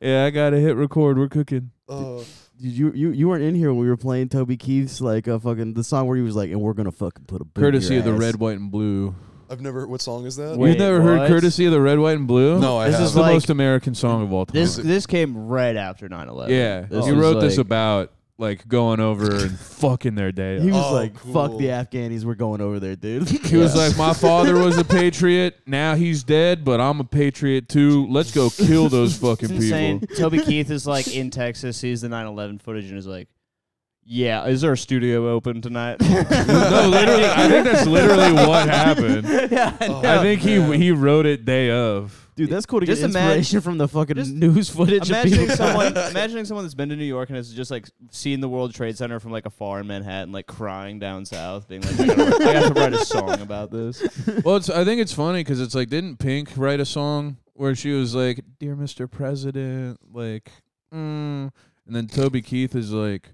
Yeah, I gotta hit record. We're cooking. Uh, You you you weren't in here when we were playing Toby Keith's like uh, fucking the song where he was like, and we're gonna fucking put a boot in your Courtesy of the ass." red, white, and blue. I've never. What song is that? Wait, You've never heard what? "Courtesy of the Red, White, and Blue"? No, I This it's is have. the like- most American song of all time. This this came right after 9/11. yeah, This you is wrote this like- about like going over and fucking their day. He Up. was Oh, like, "Fuck cool. the Afghanis, we're going over there, dude." He was like, "My father was a patriot. Now he's dead, but I'm a patriot too. Let's go kill those fucking It's people." insane. Toby Keith is like in Texas, sees the 9/11 footage, and is like, "Yeah, is there a studio open tonight?" no, literally, I think that's literally what happened. yeah, I I Uh, know. think he he wrote it day of. dude, that's cool to Just get imagine- inspiration from the fucking just news footage." of Imagining people. someone, imagining someone that's been to New York and has just like seen the World Trade Center from like afar in Manhattan, like crying down south, being like, "I gotta write- "I have to write a song about this." Well, it's, I think it's funny because it's like, didn't Pink write a song where she was like, "Dear Mr. President," like, mm. and then Toby Keith is like,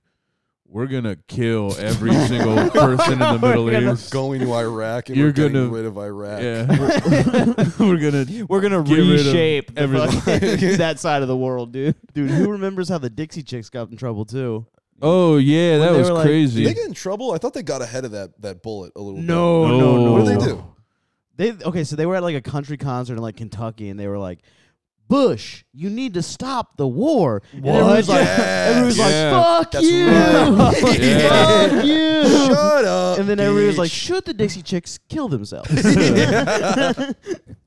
"We're gonna kill every single person in the Middle gonna East. Going to Iraq and You're we're getting gonna- rid of Iraq. Yeah, we're gonna." We're gonna Get rid of reshape the everything. fucking- that side of the world, dude. dude, who remembers how the Dixie Chicks got in trouble too? Oh yeah, that they was were like- crazy. Did they get in trouble? I thought they got ahead of that that bullet a little No, No. no, no. bit. What no. did they do? They okay, so they were at like a country concert in like Kentucky, and they were like, "Bush, you need to stop the war." And everyone's What? like, Yeah. everyone's Yeah. like, "Fuck That's you, right. Yeah. fuck you." Shut up. And then everyone's like, bitch. "Should the Dixie Chicks kill themselves?"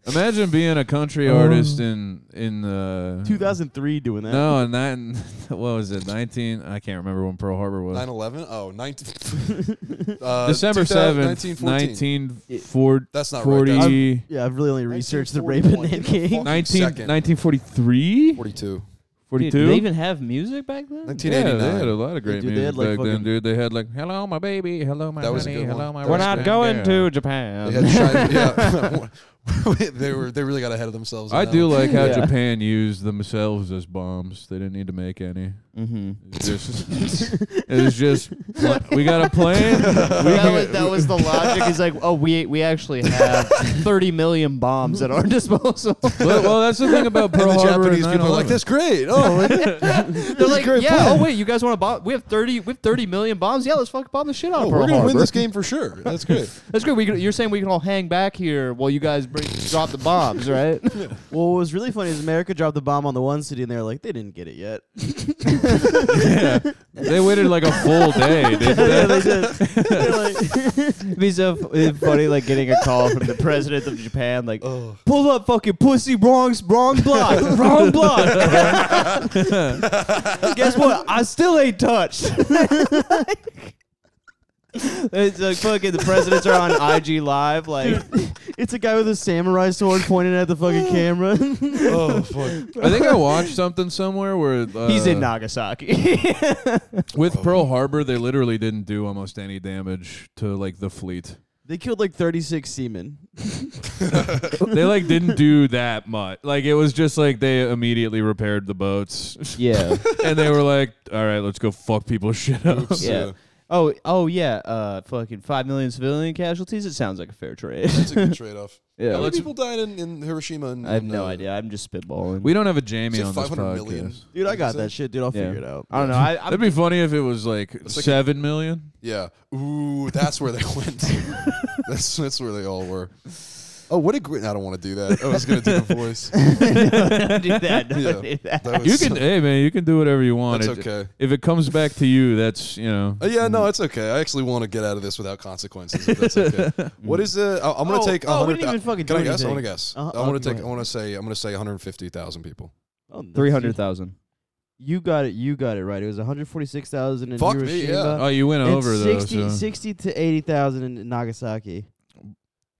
Imagine being a country Um, artist in in the 2003 doing that. No, and that what was it? Nineteen? I can't remember when Pearl Harbor was. 9/11. Oh, 19. uh, December 2000 seventh, 1914. nineteen forty. That's not right. That's Forty. Yeah, I've really only researched the rape and 1941. Nan Get the King. fuck- 19, Second. 1943? 42. Dude, 42? did they even have music back then? yeah, they 1989. had a lot of great dude, they music had, like, back then, fucking- dude. They had like, "Hello, my baby," "Hello, my That was a honey," good one. "Hello, my." That was best good. friend." Yeah. Japan. They had China. yeah. they were. They really got ahead of themselves. on I that do one. like how Yeah. Japan used themselves as bombs. They didn't need to make any. mm-hmm. It's just, it's just pla- we got a plane. We that, can- was, that was the logic. He's like, oh, we we actually have 30 million bombs at our disposal. well, well, that's the thing about Pearl And the Harbor Japanese and people are 9/11. like, "That's great." Oh, They're like, great yeah. plan." Oh wait, you guys want to bomb? We have 30. We have 30 million bombs. Yeah, let's fucking bomb the shit out oh, of we're Pearl gonna Harbor. win this game for sure. That's great. That's great. We can, you're saying we can all hang back here while you guys bring, drop the bombs, right? Well, what was really funny is America dropped the bomb on the one city, and they were like, they didn't get it yet. They waited like a full day. didn't yeah, they? they did. They're like, It'd be so f- funny, like getting a call from the president of Japan, like, Oh. pull up, fucking pussy, wrong, wrong block, wrong block. Guess what? I still ain't touched. it's like fucking the presidents are on IG live, like it's a guy with a samurai sword pointing at the fucking camera. Oh, fuck. I think I watched something somewhere where uh, he's in Nagasaki. with Pearl Harbor. They literally didn't do almost any damage to like the fleet. they killed like 36 seamen. They like didn't do that much. Like it was just like they immediately repaired the boats yeah, and they were like, "All right, let's go fuck people's shit up." Oops. yeah. Oh, oh yeah. Uh, fucking five million civilian casualties. It sounds like a fair trade. That's a good trade-off. Yeah. How many Let's- people died in, in Hiroshima? And, I have and, no uh, idea. I'm just spitballing. We don't have a Jamie Is it on this 500 podcast. million? Dude, I got Is it? that shit, dude. I'll Yeah. figure it out. I don't know. I, I'm That'd be funny if it was like like- seven million. Yeah. Ooh, that's where they went. that's that's where they all were. Oh, what a great! I don't want to do that. I was gonna do the voice. don't do that. Don't Yeah. do that. That was, You can, hey man, you can do whatever you want. That's It- okay. If it comes back to you, that's you know. Uh, yeah, no, it's okay. I actually want to get out of this without consequences. If that's okay. what is it? I'm gonna Oh, take. a oh, we hundred didn't even thou- fucking Can do I guess? I anything. want to guess. Uh-huh, I want okay, to take. go I want to say. I'm gonna say 150,000 people. Oh, that's- Three hundred thousand. You got it. You got it right. It was 146,000 in Fuck me, Hiroshima. yeah. Oh, you went and over though. 60, so. 60 to 80,000 in Nagasaki.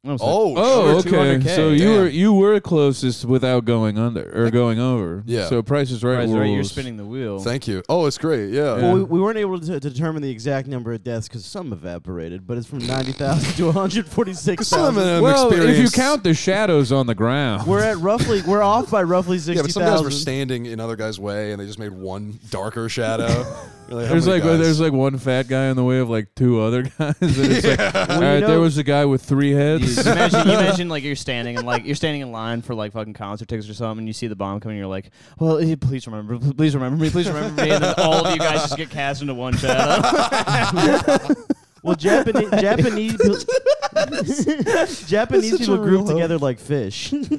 Oh, Oh, shit. okay. 200K. So you Damn. were you were closest without going under or going over. Yeah. So Price is Right. Right, right, you're rules. spinning the wheel. Thank you. Oh, it's great. Yeah. Yeah. Well, we, we weren't able to determine the exact number of deaths because some evaporated, but it's from 90,000 to 146,000. Some Well, if you experienced- count the shadows on the ground, We're at roughly, we're off by roughly Yeah, but some guys 60,000. were standing in other guys' way, and they just made one darker shadow. You're like, how There's many like there's guys? like one fat guy in the way of like two other guys. And it's like, all you right, there know- was a guy with three heads. Dude, imagine, you imagine like you're standing and like you're standing in line for like fucking concert tickets or something, and you see the bomb coming. and You're like, "Well, eh, please remember, pl- please remember me, please remember me." And then all of you guys just get cast into one shadow. Well, Japanese Japanese Japanese such people a real group hope. together like fish, yeah,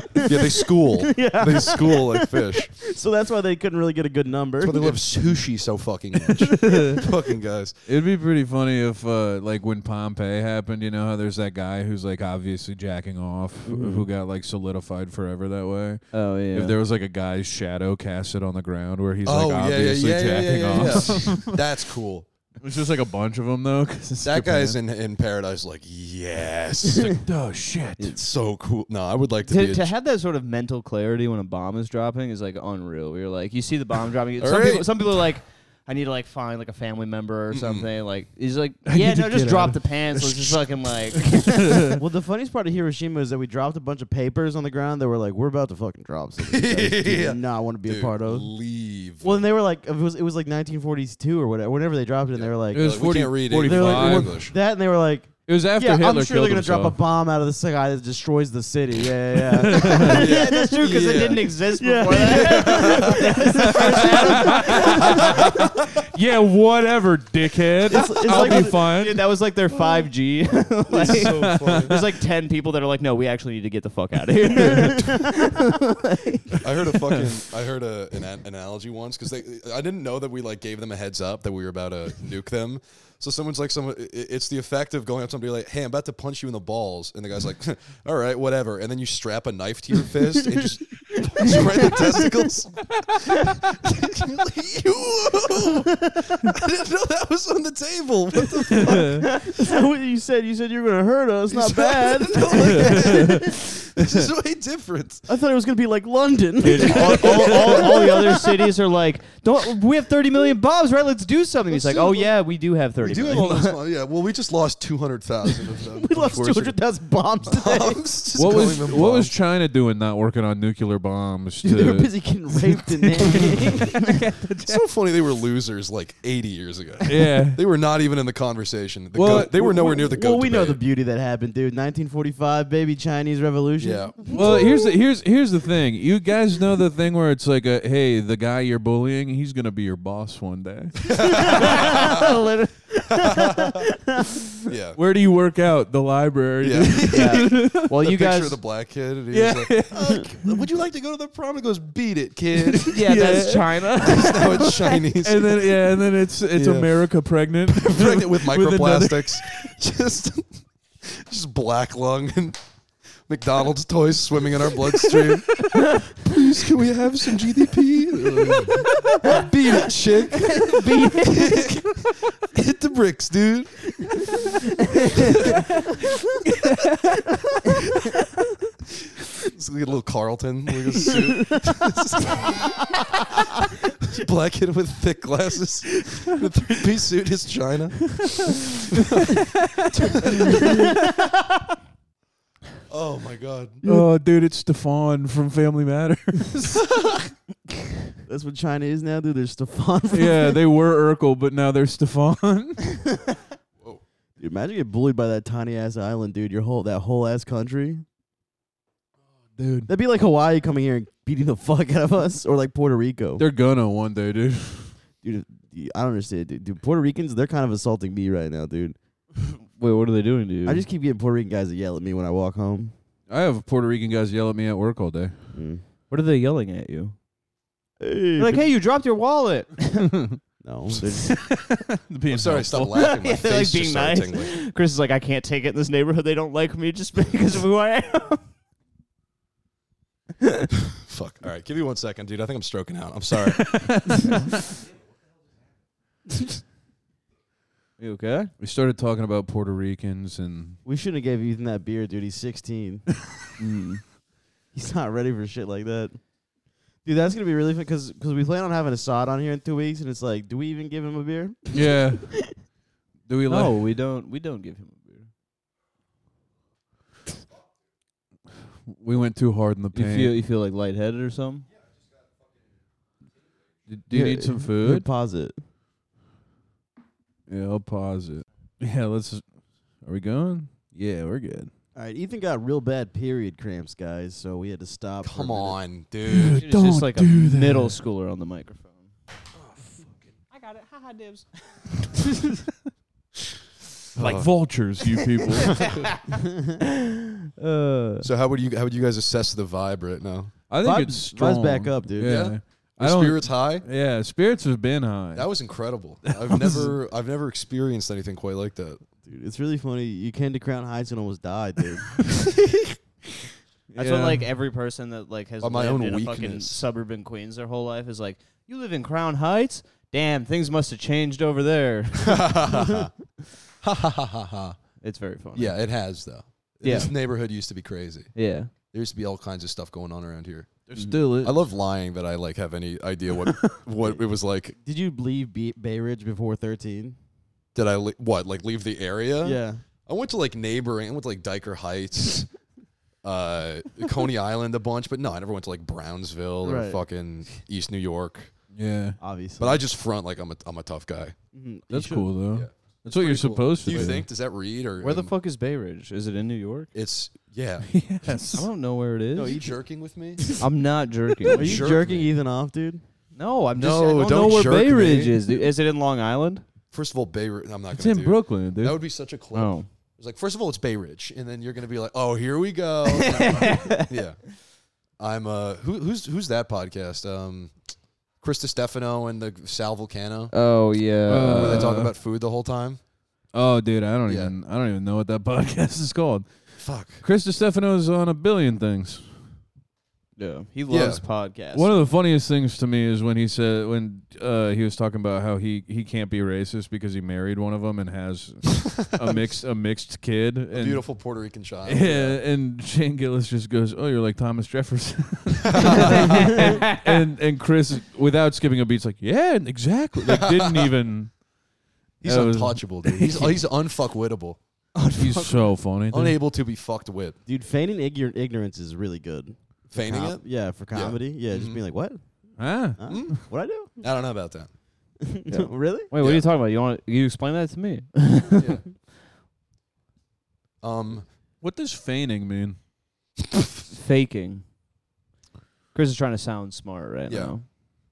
yeah, they school. They school like fish. so that's why they couldn't really get a good number. That's why they love sushi so fucking much. fucking guys. It'd be pretty funny if, uh, like, when Pompeii happened, you know how there's that guy who's like obviously jacking off, Mm-hmm. who got like solidified forever that way. Uh, Oh yeah. If there was like a guy's shadow casted on the ground where he's oh like yeah, yeah, obviously yeah, yeah, jacking yeah, yeah, off, yeah. That's cool. it's just like a bunch of them though. 'cause it's That Japan. guy's in, in paradise. Like yes, It's like, oh shit. it's so cool. No, I would like to, be. to, A, to have that sort of mental clarity when a bomb is dropping is like unreal. You're like, you see the bomb dropping. All Some, people, right. some people are like. I need to like find like a family member or something. Like he's like, I yeah, need to no, just get drop out the pants. Let's just fucking like, well, the funniest part of Hiroshima is that we dropped a bunch of papers on the ground that were like, "We're about to fucking drop something." You guys do Yeah. not want to be dude, a part of. leave. Well, and they were like, it was it was like 1942 or whatever. Whenever they dropped it, and they were like, It was Like, we 40, can't read it. they 45. were like Five. "What- that, and they were like, it was after yeah, Hitler I'm sure they're killed gonna drop a himself. bomb out of the sky that destroys the city. Yeah, yeah, yeah. yeah, that's true because it Yeah. didn't exist Yeah. before that. yeah, whatever, dickhead. It's- it's I'll like be when- fine. Dude, that was like their 5G. It's like, so funny. There's like 10 people that are like, no, we actually need to get the fuck out of here. I heard a fucking I heard a, an, an analogy once because they I didn't know that we like gave them a heads up that we were about to nuke them. So someone's like someone i- it's the effect of going up to somebody like, "Hey, I'm about to punch you in the balls." And the guy's like, "All right, whatever." And then you strap a knife to your fist and just punch right in the testicles. you, I didn't know that was on the table. What the That's not what you said. You said you were gonna hurt us. Not bad. No, like, this is way different. I thought it was gonna be like London. all, all- all- all the other cities are like, don't, we have 30 million bombs, right? Let's do something. He's like, do oh, it. yeah, we do have We 30 do have million." all this money. Yeah. Well, we just lost two hundred thousand of them. we lost unfortunately. 200,000 bombs today. bombs. Just what calling was them what was bombs. China doing? Not working on nuclear bombs. Dude, they were to- busy getting raped and then It's so funny they were losers like 80 years ago. yeah, they were not even in the conversation. The Well, goat- they were nowhere near the goat. Well, we know the debate. beauty that happened, dude. 1945, baby Chinese Revolution. Yeah. Well, here's the here's here's the thing. You guys know the thing where it's like, a, hey, the guy you're bullying, he's gonna be your boss one day. Literally. Yeah. Where do you work out? The library. Yeah. Yeah. Well, The you picture guys. of the black kid. And he Yeah. was like, "Uh, would you like to go to the prom? He goes, beat it, kid. yeah, Yeah. that's China. now it's Chinese. And then yeah, and then it's it's Yeah. America pregnant, pregnant with another- microplastics. just, just black lung and McDonald's toys swimming in our bloodstream. Please, can we have some GDP? Beat it, chick. Beat it. Hit the bricks, dude. Let's get a little Carlton. Look at his suit. Black kid with thick glasses. In a three piece suit is China. oh my god. oh, dude, it's Stefan from Family Matters. That's what China is now, dude. There's Stefan. from- yeah, they were Urkel, but now they're Stefan. Dude, imagine getting bullied by that tiny ass island, dude. Your whole that whole ass country. dude, That'd be like Hawaii coming here and beating the fuck out of us, or like Puerto Rico. they're gonna one day, dude. dude, I don't understand, dude. Dude, Puerto Ricans, they're kind of assaulting me right now, dude. Wait, what are they doing to you? I just keep getting Puerto Rican guys that yell at me when I walk home. I have Puerto Rican guys yell at me at work all day. Mm. what are they yelling at you? Hey, They're like, hey, you dropped your wallet. no, they're just- I'm sorry, I stopped laughing. My Yeah, face they're, like, just being started nice. tingling. Chris is like, I can't take it in this neighborhood. They don't like me just because of who I am. Fuck. All right, give me one second, dude. I think I'm stroking out. I'm sorry. You okay? We started talking about Puerto Ricans and we shouldn't have gave Ethan that beer, dude. He's 16. Mm. He's not ready for shit like that. Dude, that's gonna be really fun because we plan on having Assad on here in two weeks, and it's like, do we even give him a beer? yeah. Do we No, like? we don't. We don't give him a beer. We went too hard in the You paint. feel you feel like lightheaded or something? Do you need some food? Pause it. Yeah, I'll pause it. Yeah, let's. Are we going? Yeah, we're good. All right, Ethan got real bad period cramps, guys, so we had to stop. for a Come minute. on, dude. It's just like a middle schooler on the microphone. I got it. Ha ha dibs. Like Uh, Oh. vultures, you people. Uh, So how would you how would you guys assess the vibe right now? I think Vibe- it's vibe's strong. back up, dude. Yeah. Yeah? I Your don't. spirits high. Yeah, spirits have been high. That was incredible. I've never I've never experienced anything quite like that. dude, it's really funny. You came to Crown Heights and almost died, dude. That's Yeah. what like every person that like has Uh, my lived own in a fucking weakness. suburban Queens their whole life is like, you live in Crown Heights. Damn, things must have changed over there. It's very funny. yeah, it has though. Yeah. This neighborhood used to be crazy. yeah. There used to be all kinds of stuff going on around here. Mm. There's still Uh, it. I love lying that I like have any idea what what it was like. Did you leave Be- Bay Ridge before 13? Did I le- what like leave the area? yeah. I went to like neighboring. I went to like Diker Heights, uh, Coney Island a bunch, but no, I never went to like Brownsville or Right. fucking East New York. yeah, Obviously. But I just front like I'm a I'm a tough guy. Mhm. that's You should- cool though. Yeah. That's what you're Pretty cool. supposed to Do you do. think? Does that read or Where the am- fuck is Bay Ridge? Is it in New York? It's yeah. I Yes. don't know where it is. Are you jerking with me? I'm not jerking. Are you Jerk jerking me. Ethan off, dude? No, I'm just. I No, don't, don't know where jerk Bay me. Ridge is. dude. Is it in Long Island? First of all, Bay Ridge. I'm not It's gonna in do it. Brooklyn, dude. That would be such a clip. Oh, It's like first of all, it's Bay Ridge, and then you're gonna be like, oh, here we go. yeah. I'm uh, who, who's who's that podcast? Um, Chris Stefano and the Sal Volcano. oh yeah. Uh, where they talk about food the whole time. oh, dude, I don't Yeah. even. I don't even know what that podcast is called. Fuck. Chris Stefano's on a billion things. yeah, he Yeah. loves podcasts. One of the funniest things to me is when he said when uh, he was talking about how he, he can't be racist because he married one of them and has a mixed a mixed kid. A and, beautiful Puerto Rican child. Yeah, and Shane Gillis just goes, "Oh, you're like Thomas Jefferson," and, and and Chris, without skipping a beat, is like, "Yeah, exactly." Like, didn't even. He's That was- untouchable, dude. He's he's unfuckwittable. He's so funny. dude. Unable to be fucked with. Dude, feigning igor- ignorance is really good. Feigning Com- it? Yeah, for comedy. Yeah, just Mhm. being like, what? Ah. Huh? Mm. What I do? I don't know about that. Yeah. really? Wait, what Yeah. are you talking about? You want you explain that to me? Yeah. um, What does feigning mean? Faking. Chris is trying to sound smart right Yeah. now.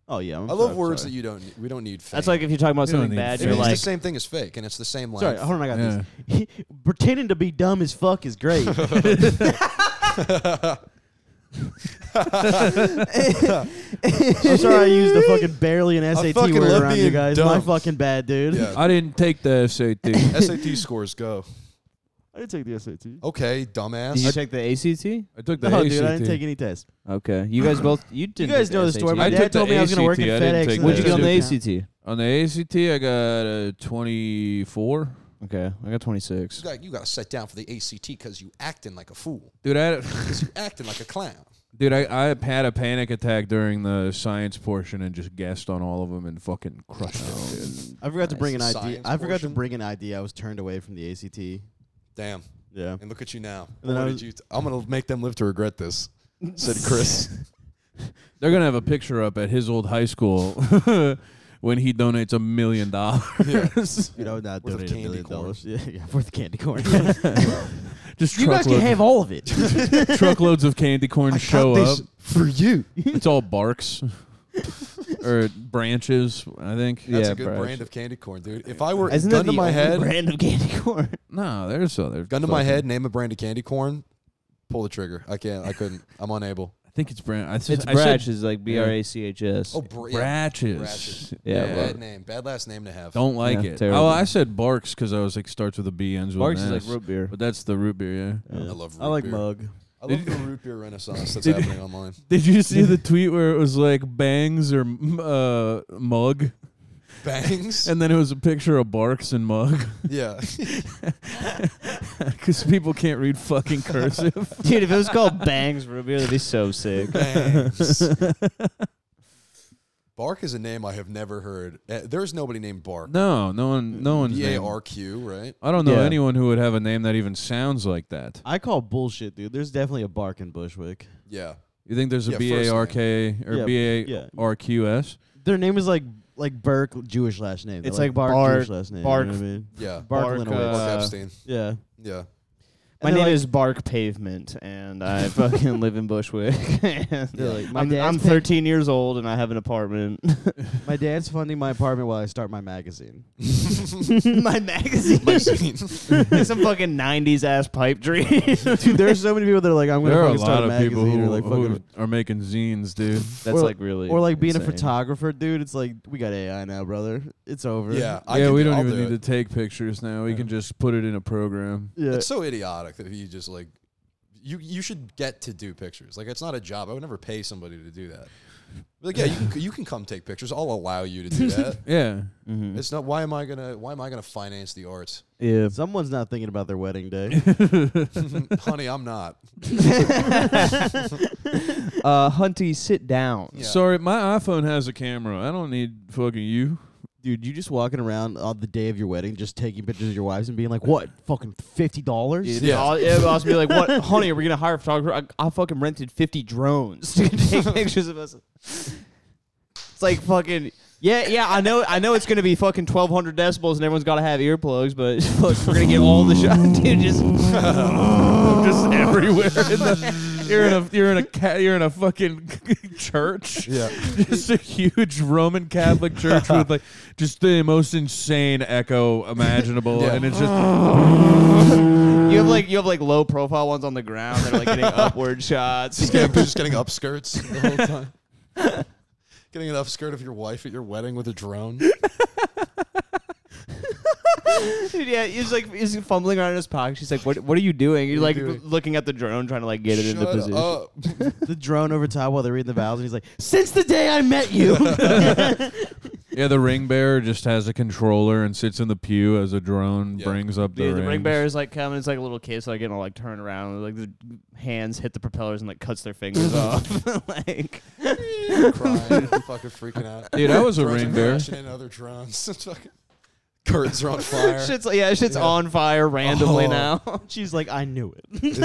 Oh yeah. I'm I love sorry, words sorry. that you don't. need- We don't need. Feign. That's like if you're talking about You don't something need bad, I fake. mean, you're it's like, the same thing as fake, and it's the same Sorry, length. hold on, I got Yeah. this. Pretending to be dumb as fuck is great. I'm sorry I used the fucking barely an SAT fucking word love around you being guys. dumb. My fucking bad, dude. Yeah. I didn't take the SAT. SAT scores go. I didn't take the SAT. Okay, did you dumbass. take the ACT? I took the No, ACT. dude, I didn't take any test. Okay, you guys both you You didn't. guys take know the SAT. story. I My took dad the told me I was going to work ACT. I at didn't FedEx. take and What'd you the get on that the didn't count. ACT? On the ACT, I got a 24. Okay, I got 26. You got, you got to sit down for the ACT because you acting like a fool. Dude, I, Because you acting like a clown. dude, I, I had a panic attack during the science portion and just guessed on all of them and fucking crushed them. Dude. I forgot to bring an Nice. ID. Science I forgot to portion. bring an ID. I was turned away from the ACT. Damn. Yeah. And look at you now. And then What I did was- you t- I'm gonna make them live to regret this," said Chris. They're gonna have a picture up at his old high school when he donates a million dollars. Dude, I would not Worth of donate a candy million corn. dollars. Yeah, yeah, worth of candy corn. Just you guys can truckloads, have all of it. truckloads of candy corn show up. for you. It's all barks or branches, I think. That's Yeah, a good Brad. brand of candy corn, dude. If I were Isn't that gun to the my only head, brand of candy corn? No, there's other. gun to my fucking- head, name a brand of candy corn, pull the trigger. I can't. I couldn't. I'm unable. I think it's brand. I, said- It's I said Brach is like B R A C H S. Oh, br- yeah. branches. Branches. Yeah, bad well- name. Bad last name to have. Don't like Yeah, it. terrible. Oh, I said Barks because I was like starts with a B ends with Barks an is like S. root beer. but that's the root beer. Yeah. I love. Root I like beer. mug. I love the root beer renaissance that's Did- happening online. Did you see the tweet where it was like bangs or m- uh, mug, Bangs. and then it was a picture of Barks and mug yeah. because people can't read fucking cursive. Dude, if it was called Bangs Root Beer, that'd be so sick. Bangs. Bark is a name I have never heard. Uh, there's nobody named Bark. no, no one, no one's B A name. R Q, right? I don't know Yeah. anyone who would have a name that even sounds like that. I call bullshit, dude. There's definitely a bark in Bushwick. Yeah. You think there's a Yeah, B first A R K or Yeah, B A R Q S? Their name is like like Burke Jewish last name. They're It's like Bark, Bart- Jewish last name. Bark- You know what I mean? Yeah. Bark Bark, Linowitz. uh, Mark Epstein. yeah. Yeah. My And name they're like- is Bark Pavement, and I fucking live in Bushwick. and They're like, my I'm, dad's I'm paying- 13 years old, and I have an apartment. My dad's funding my apartment while I start my magazine. my magazine. Magazine. Some fucking 90s ass pipe dream. Dude, there's so many people that are like, I'm gonna There are a fucking start lot a of magazine people who, or like who fucking are making zines, dude. That's Or- like really. or like being a insane. photographer, dude. It's like we got AI now, brother. It's over. Yeah. I yeah, can we do- don't I'll even do need it. to take pictures now. We can just put it in a program. yeah. It's so idiotic that if you just like you you should get to do pictures. Like it's not a job. I would never pay somebody to do that. Like yeah, you can, you can come take pictures. I'll allow you to do that. Yeah. Mm-hmm. it's not why am I gonna why am I gonna finance the arts, Yeah. Someone's not thinking about their wedding day. honey? I'm not. Uh, Hunty, sit down. Yeah. Sorry, my iPhone has a camera. I don't need fucking you. Dude, you just walking around on the day of your wedding, just taking pictures of your wives and being like, "What? Fucking fifty dollars?" Yeah. I'll, it would also be like, "What, honey? Are we gonna hire a photographer? I, I fucking rented fifty drones to take pictures of us." It's like fucking yeah, yeah. I know, I know. It's gonna be fucking twelve hundred decibels, and everyone's gotta have earplugs. But fuck, we're gonna get all the shot, dude. Just just everywhere. In the, you're in a you're in a ca- you're in a fucking church. Yeah. just a huge Roman Catholic church with like just the most insane echo imaginable, Yeah. and it's just you have like you have like low profile ones on the ground that are like getting upward shots. Just getting, just getting upskirts the whole time. getting an upskirt of your wife at your wedding with a drone. Dude, yeah, he's like he's fumbling around in his pocket. She's like, "What? What are you doing?" You're like doing? looking at the drone, trying to like get it into Shut position. up. the drone over top while they're reading the vows, and he's like, "Since the day I met you." yeah. The ring bearer just has a controller and sits in the pew as a drone Yeah. brings up the, Yeah, the ring rings. bearer is like coming. It's like a little kid, so like getting all like turn around, like the hands hit the propellers and like cuts their fingers off. like crying, fucking freaking out. Dude, I was a Drones are ring bearer. crashing into other drones. It's fucking- Curtains are on fire. shit's like, yeah, shit's Yeah. on fire randomly Oh. now. She's like, "I knew it. Is it-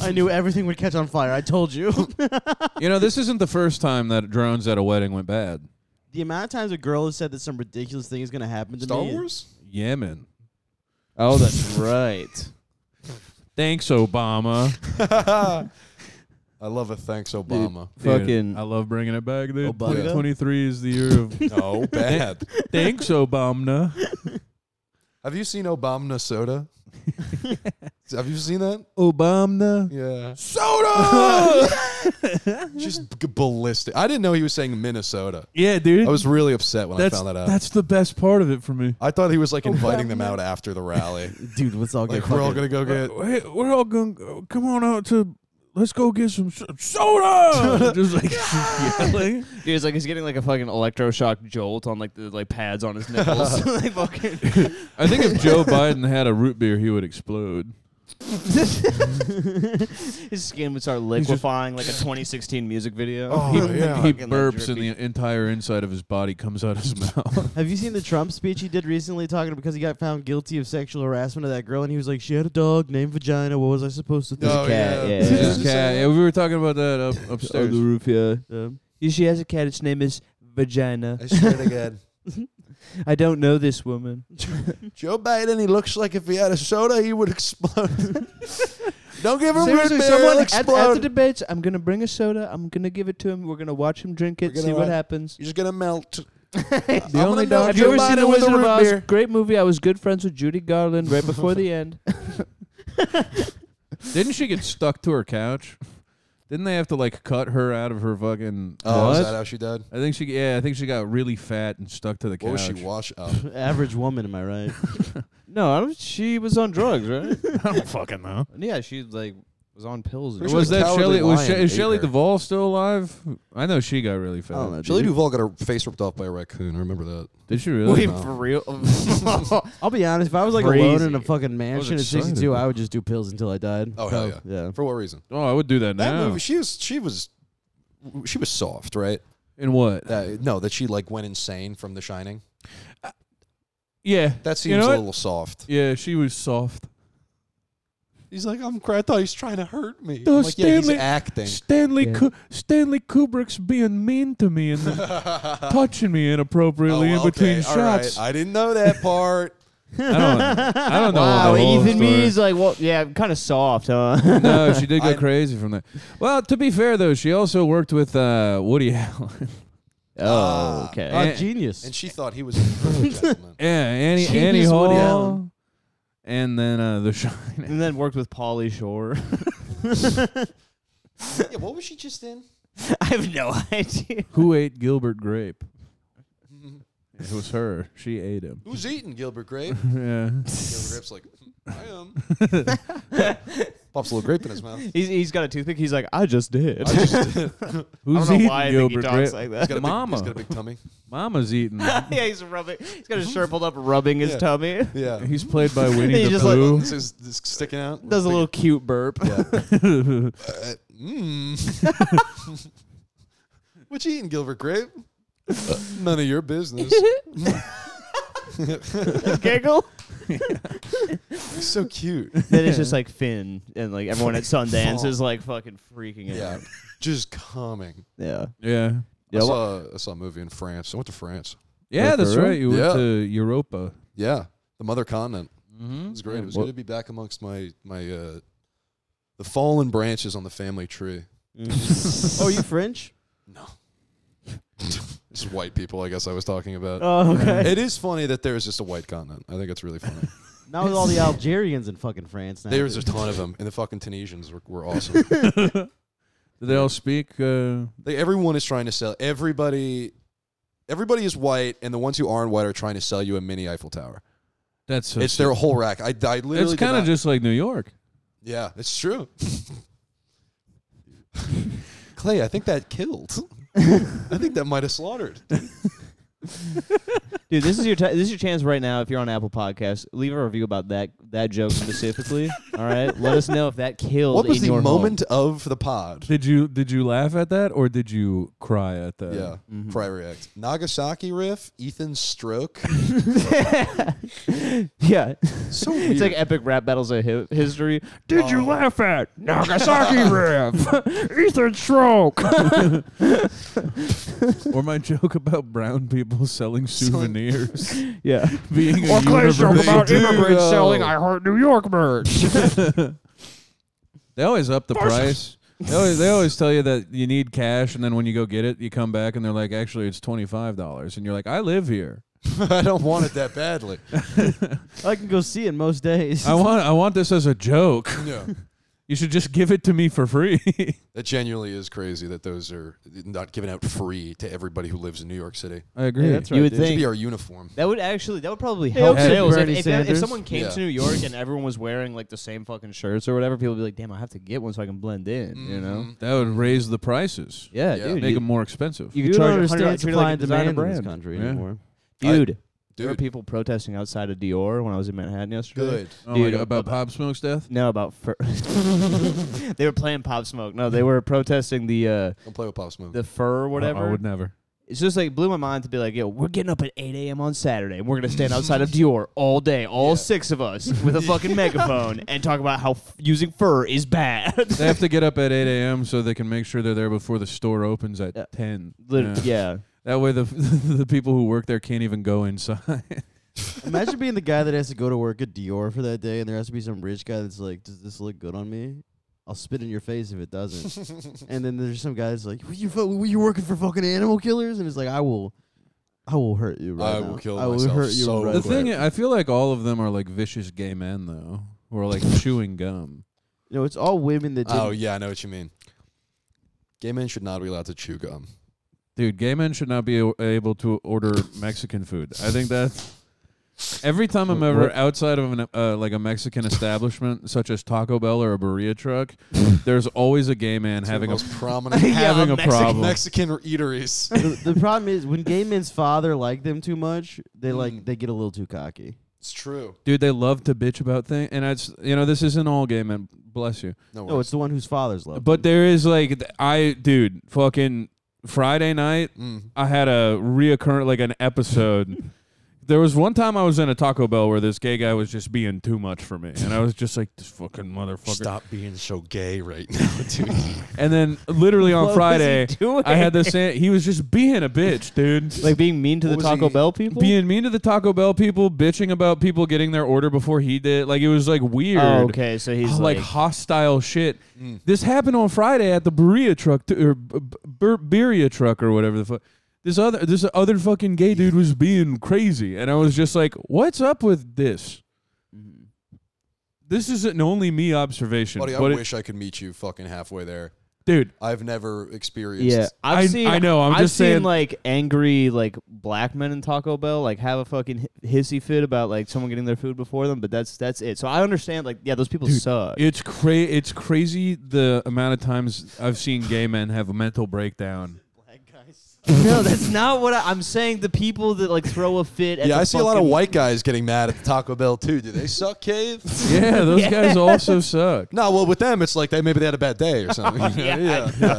I- I knew everything would catch on fire. I told you." You know, this isn't the first time that drones at a wedding went bad. the amount of times a girl has said that some ridiculous thing is gonna happen to Star me. Wars? Yemen. oh, that's right. Thanks, Obama. I love a thanks, Obama. Dude, Fucking- I love bringing it back, dude. Obama? 2023 is the year of No, bad. thanks, Obama. Have you seen Obama soda? Have you seen that? Obama. Yeah. Soda. Just g- ballistic. I didn't know he was saying Minnesota. yeah, dude. I was really upset when that's I found that out. that's the best part of it for me. I thought he was Oh, like inviting them out after the rally. Dude, let's all like get we're all fucking- gonna go get. Hey, we're all going to come on out to let's go get some so- soda. Just like yelling. Dude, it's like he's getting like a fucking electroshock jolt on like the like pads on his nipples. like fucking. I think if Joe Biden had a root beer, he would explode. His skin would start liquefying like a 2016 music video. Oh yeah. he Fucking burps and drippy. the entire inside of his body comes out his mouth. Have you seen the Trump speech he did recently talking because he got found guilty of sexual harassment of that girl and he was like, She had a dog named Vagina, what was I supposed to think? Oh, cat, yeah. Did you His just cat. say Yeah, we were talking about that up, upstairs. roof, yeah. She has a cat. Its name is Vagina. that? I swear to God. I don't know this woman. Joe Biden, he looks like if he had a soda, he would explode. Don't give him root Seriously, beer, someone he'll at, at the explode. debates, I'm gonna bring a soda. I'm gonna give it to him. We're gonna watch him drink it. gonna See what watch- happens. You're just gonna melt. The only dog. Have you ever seen The with a Wizard of root Oz? beer. Great movie. I was good friends with Judy Garland right before the end. Didn't she get stuck to her couch? Didn't they have to like cut her out of her fucking? Oh, is What? that how she died? I think she. Yeah, I think she got really fat and stuck to the couch. What was she wash oh. up? Average woman, am I right? No, I don't, she was on drugs, right? I don't fucking know. yeah, she like was on pills. Pretty sure was the that cowardly Shelley? Was lion she, is ate Shelley her. Duvall still alive? I know she got really I fat. don't know. Shelley dude. Duvall got her face ripped off by a raccoon. I remember that. Did she really? No. for real? Uh, I'll be honest, if I was like alone Crazy. in a fucking mansion at excited. 62, I would just do pills until I died. Oh, hell yeah. Yeah. For what reason? Oh, I would do that That now. movie, she was, she was, she was soft, right? In what? That, no, that she like went insane from The Shining. yeah. That seems You know a what? little soft. Yeah, she was soft. He's like, I'm. cry- I thought he's trying to hurt me. No, I'm like, yeah, he's Stanley- acting. Stanley Yeah. Ku- Stanley Kubrick's being mean to me and then touching me inappropriately Oh, in between okay, all right. shots. I didn't know that part. I don't. I don't know. Wow, the whole Ethan story. Me's like, well, yeah, kind of soft, huh? No, she did go I- crazy from that. Well, to be fair though, she also worked with uh, Woody Allen. oh, okay. Uh, Oh, And- genius. Ah. And she thought he was a real gentleman. yeah, Annie She Annie is Woody Hall, Allen. and then uh, The Shining. and then worked with Polly Shore. yeah, what was she just in? I have no idea. Who ate Gilbert Grape? It was her. She ate him. Who's eating Gilbert Grape? Yeah. Gilbert Grape's like, "Hmm, I am. Pops a little grape in his mouth. He's, he's got a toothpick. He's like, I just did. I just, he's got Who's I don't eating know why I think he Gilbert talks Grape? like a that. big, Mama. He's got a big tummy. Mama's eating. yeah, he's rubbing. He's got his shirt pulled up, rubbing his Yeah. tummy. Yeah. He's played by Winnie He's the just like- Pooh. This is this is sticking out. Does a little cute burp. Uh, mm. what you eating, Gilbert Grape? None of your business. Giggle. so cute. Then it's just like Finn and like everyone at Sundance is like fucking freaking out. Yeah. Just calming. Yeah. yeah. I, saw, I saw a movie in France. I went to France. Yeah, that's right. You went Yeah. to Europa. Yeah, the mother continent. It Mm-hmm. was great. It was What- good to be back amongst my my uh, the fallen branches on the family tree. oh, you French? No, just white people. I guess I was talking about. Oh, okay. it is funny that there is just a white continent. I think it's really funny. Now with all the Algerians in fucking France now. There's a dude. ton of them, and the fucking Tunisians were, were awesome. Did they all speak? Uh, they, everyone is trying to sell everybody. Everybody is white, and the ones who aren't white are trying to sell you a mini Eiffel Tower. that's so it's their whole rack. I, I literally. It's did kind of not- just like New York. Yeah, it's true. Clay, I think that killed. I think that might have slaughtered. Dude, this is your t- this is your chance right now. If you're on Apple Podcasts, leave a review about that that joke specifically. all right, let us know if that killed. What was in the your home. moment of the pod? Did you did you laugh at that or did you cry at that? Yeah, Mm-hmm. Fry React. Nagasaki riff, Ethan's stroke. Yeah, so it's weird. like epic rap battles of hi- history. Oh. Did you laugh at Nagasaki Riff? Ethan Stroke. Or my joke about brown people selling souvenirs Yeah, being a Or Clay's joke universal. about do, immigrants though. selling I Heart New York merch. They always up the price. They always, they always tell you that you need cash, and then when you go get it, you come back and they're like, actually, it's twenty five dollars, and you're like, I live here. I don't want it that badly. I can go see it most Uh, days. I want I want this as a joke. Yeah, You should just give it to me for free. that genuinely is crazy that those are not given out free to everybody who lives in New York City. I agree. that's you would dude. It should think be our uniform. that would actually that would probably It help helps sales. If, Bernie if, if Sanders. someone came to Yeah. New York and everyone was wearing like the same fucking shirts or whatever, people would be like, "Damn, I have to get one so I can blend in." You know? That would raise the prices. Yeah, Mm-hmm. Yeah. dude. Make you, them more expensive. you You could don't charge $100 understand treat it like supply a and designer demand in this brand. country Yeah. anymore. dude. there were Dude, people protesting outside of Dior when I was in Manhattan yesterday. good. Oh my Dude, God, about ab- Pop Smoke's death. No, about fur- they were playing Pop Smoke. No, they were protesting the uh, Don't play with Pop Smoke. the fur or I whatever. would never. it's just like it blew my mind to be like, yo, we're getting up at 8 a.m. on Saturday and we're gonna stand outside of Dior all day, all six of us with a fucking megaphone and talk about how f- using fur is bad. They have to get up at 8 a.m. so they can make sure they're there before the store opens at Yeah. 10. Yeah. Lit- yeah. That way, the the people who work there can't even go inside. Imagine being the guy that has to go to work at Dior for that day, and there has to be some rich guy that's like, "Does this look good on me?" I'll spit in your face if it doesn't. and then there's some guy that's like, "What you fu- what you working for fucking animal killers?" And it's like, "I will, I will hurt you right I now. will kill I will myself hurt you so right the now." thing, I feel like all of them are like vicious gay men though, who are like chewing gum. You know, it's all women that. oh Didn't, yeah, I know what you mean. Gay men should not be allowed to chew gum. Dude, gay men should not be a- able to order Mexican food. I think that's every time I'm ever outside of an uh, like a Mexican establishment, such as Taco Bell or a burrito truck, there's always a gay man having Having the a most prominent Yeah, having a Mexican- problem. Mexican eateries. the, the problem is when gay men's father like them too much, they Mm. like they get a little too cocky. It's true. Dude, they love to bitch about things, and it's you know this isn't all gay men. Bless you. No, No, worries. it's the one whose father's love. But there is like th- I dude, fucking Friday night Mm. I had a reoccurrent like an episode There was one time I was in a Taco Bell where this gay guy was just being too much for me, and I was just like, "This fucking motherfucker." Stop being so gay right now, dude. And then literally on What was he Friday, doing? I had the same. He was just being a bitch, dude. Like being mean to What the was Taco he- Bell people. being mean to the Taco Bell people, bitching about people getting their order before he did. Like it was like weird. oh, okay, so he's like, like, hostile shit. Mm. This happened on Friday at the burrito truck t- or b- b- burrito truck or whatever the fuck. This other this other fucking gay dude was being crazy, and I was just like, "What's up with this?" This is an only me observation, Buddy, I but it- wish I could meet you fucking halfway there. dude, I've never experienced. yeah. I've I- seen. I know, I'm have just seen saying- like angry like black men in Taco Bell like have a fucking hi- hissy fit about like someone getting their food before them, but that's that's it. So I understand like yeah, those people Dude, suck. It's cra- It's crazy the amount of times I've seen gay men have a mental breakdown. no, that's not what I, I'm saying. The people that like throw a fit. At Yeah, the I see a lot of fucking- white guys getting mad at the Taco Bell too. Do they suck, Cave? Yeah, those guys also suck. no, well, with them, it's like they maybe they had a bad day or something. you know? yeah, yeah.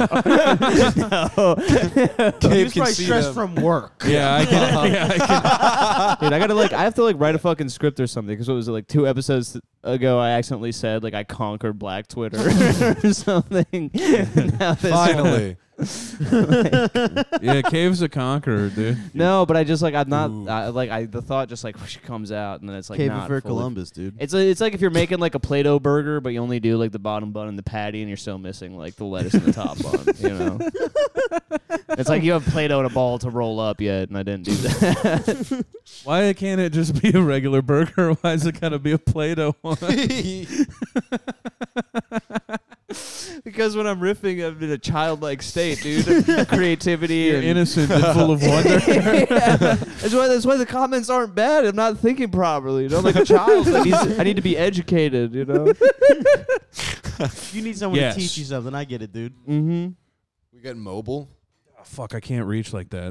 Cave can see them. work. Yeah, I can. yeah, I can. Dude, I gotta like, I have to like write a fucking script or something. Because what was it like two episodes ago? I accidentally said like I conquered Black Twitter or something. Now this- Finally, Yeah, Cave's a conqueror, dude. no, but I just like I'm not I, like I the thought just like comes out and then it's like Cave not for fully- Columbus, dude. It's uh, it's like if you're making like a Play-Doh burger, but you only do like the bottom bun and the patty, and you're still missing like the lettuce and the top bun. You know, it's like you have Play-Doh and a ball to roll up yet, and I didn't do that. Why can't it just be a regular burger? Why is it gotta be a Play-Doh one? Because when I'm riffing, I'm in a childlike state, dude. Creativity You're and innocent and full of wonder. That's why. That's why the comments aren't bad. I'm not thinking properly. You know, I'm like a child. I need, I need to be educated. You know. you need someone Yes. to teach you something. I get it, dude. Mm-hmm. we get mobile. Fuck, I can't reach like that.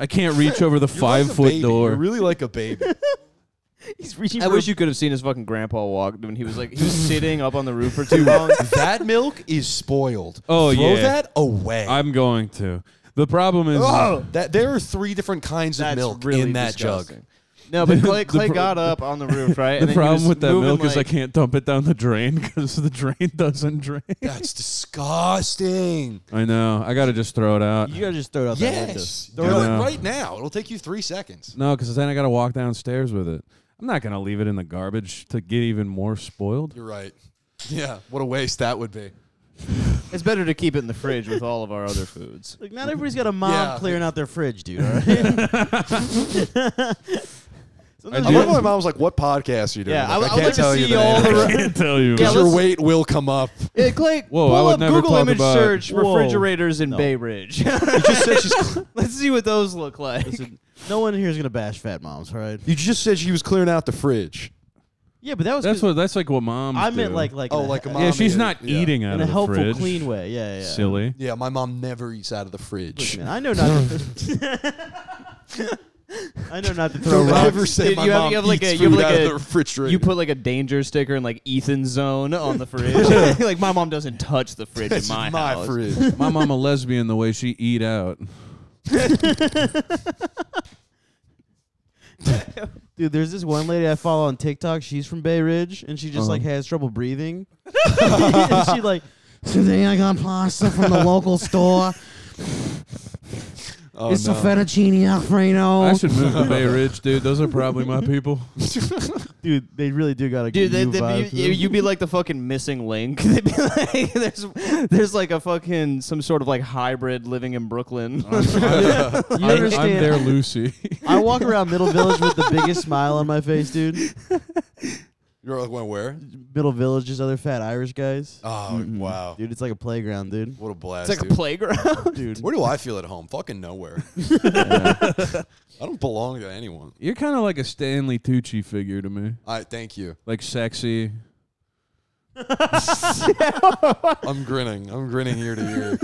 I can't reach over the like a five foot baby. door. You're really like a baby. He's reaching. I wish you could have seen his fucking grandpa walk when he was like he was sitting up on the roof for too long. that milk is spoiled. Oh, Throw yeah. that away. I'm going to. The problem is Oh, that there are three different kinds of That's milk really in that jug. disgusting. No, but Clay, Clay pro- got up on the roof, right? the problem with that milk is I like. can't dump it down the drain because the drain doesn't drain. That's disgusting. I know. I gotta just throw it out. You gotta just throw it out that window. Uh, Yes, Mm. do it Yeah. right now. It'll take you three seconds. No, because then I got to walk downstairs with it. I'm not gonna leave it in the garbage to get even more spoiled. You're right. Yeah, what a waste that would be. It's better to keep it in the fridge with all of our other foods. Like not everybody's got a mom Yeah. clearing out their fridge, dude. All right? I, I love do- when my mom's like, "What podcast are you doing?" Yeah, I Like, would- I would like to see all name. the- I can't tell you. Yeah, your let's- weight will come up. Hey, Clay, Whoa, pull I would up never Google talk image about- search Whoa. refrigerators in No. Bay Ridge. just said she's. Let's see what those look like. Listen, no one here is gonna bash fat moms, all right? You just said she was clearing out the fridge. Yeah, but that was that's 'cause what that's like what moms. I meant do. like like Oh, in like a mom. yeah, she's is- not yeah. eating out in a of the helpful, fridge. clean way. Yeah, yeah. Silly. Yeah, my mom never eats out of the fridge. Man, I know not. I know not to throw Don't rocks. ever say Dude, my you have- mom you have like eats a- you have food like out a- of the refrigerator. You put like a danger sticker in like Ethan's zone on the fridge. like my mom doesn't touch the fridge That's in my, my house. fridge. My mom a lesbian the way she eat out. Dude, there's this one lady I follow on TikTok. She's from Bay Ridge, and she just like Uh-huh. has trouble breathing. and she like, today I got pasta from the local store. Oh, it's no. a fettuccine alfredo. I should move to Bay Ridge, dude. Those are probably my people. Dude, they really do got a Dude, they, good they, vibe. to you, them. you'd be like the fucking missing link. They'd be like, there's, there's like a fucking some sort of like hybrid living in Brooklyn. You I, am understand? there, Lucy. I walk around Middle Village with the biggest smile on my face, dude. You're like, "Went where? Middle Village, just other fat Irish guys. Oh, wow. Dude, it's like a playground, dude. What a blast. it's like dude. a playground. Dude, Where do I feel at home? Fucking nowhere. I don't belong to anyone. You're kind of like a Stanley Tucci figure to me. All right, thank you. Like sexy. I'm grinning. I'm grinning ear to ear.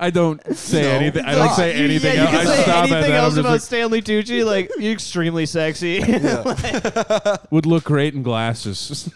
I don't say No. anything. I don't say You- anything yeah, else. You I can say stop at anything that. I'm else just about like, Stanley Tucci? Like you're extremely sexy. would look great in glasses.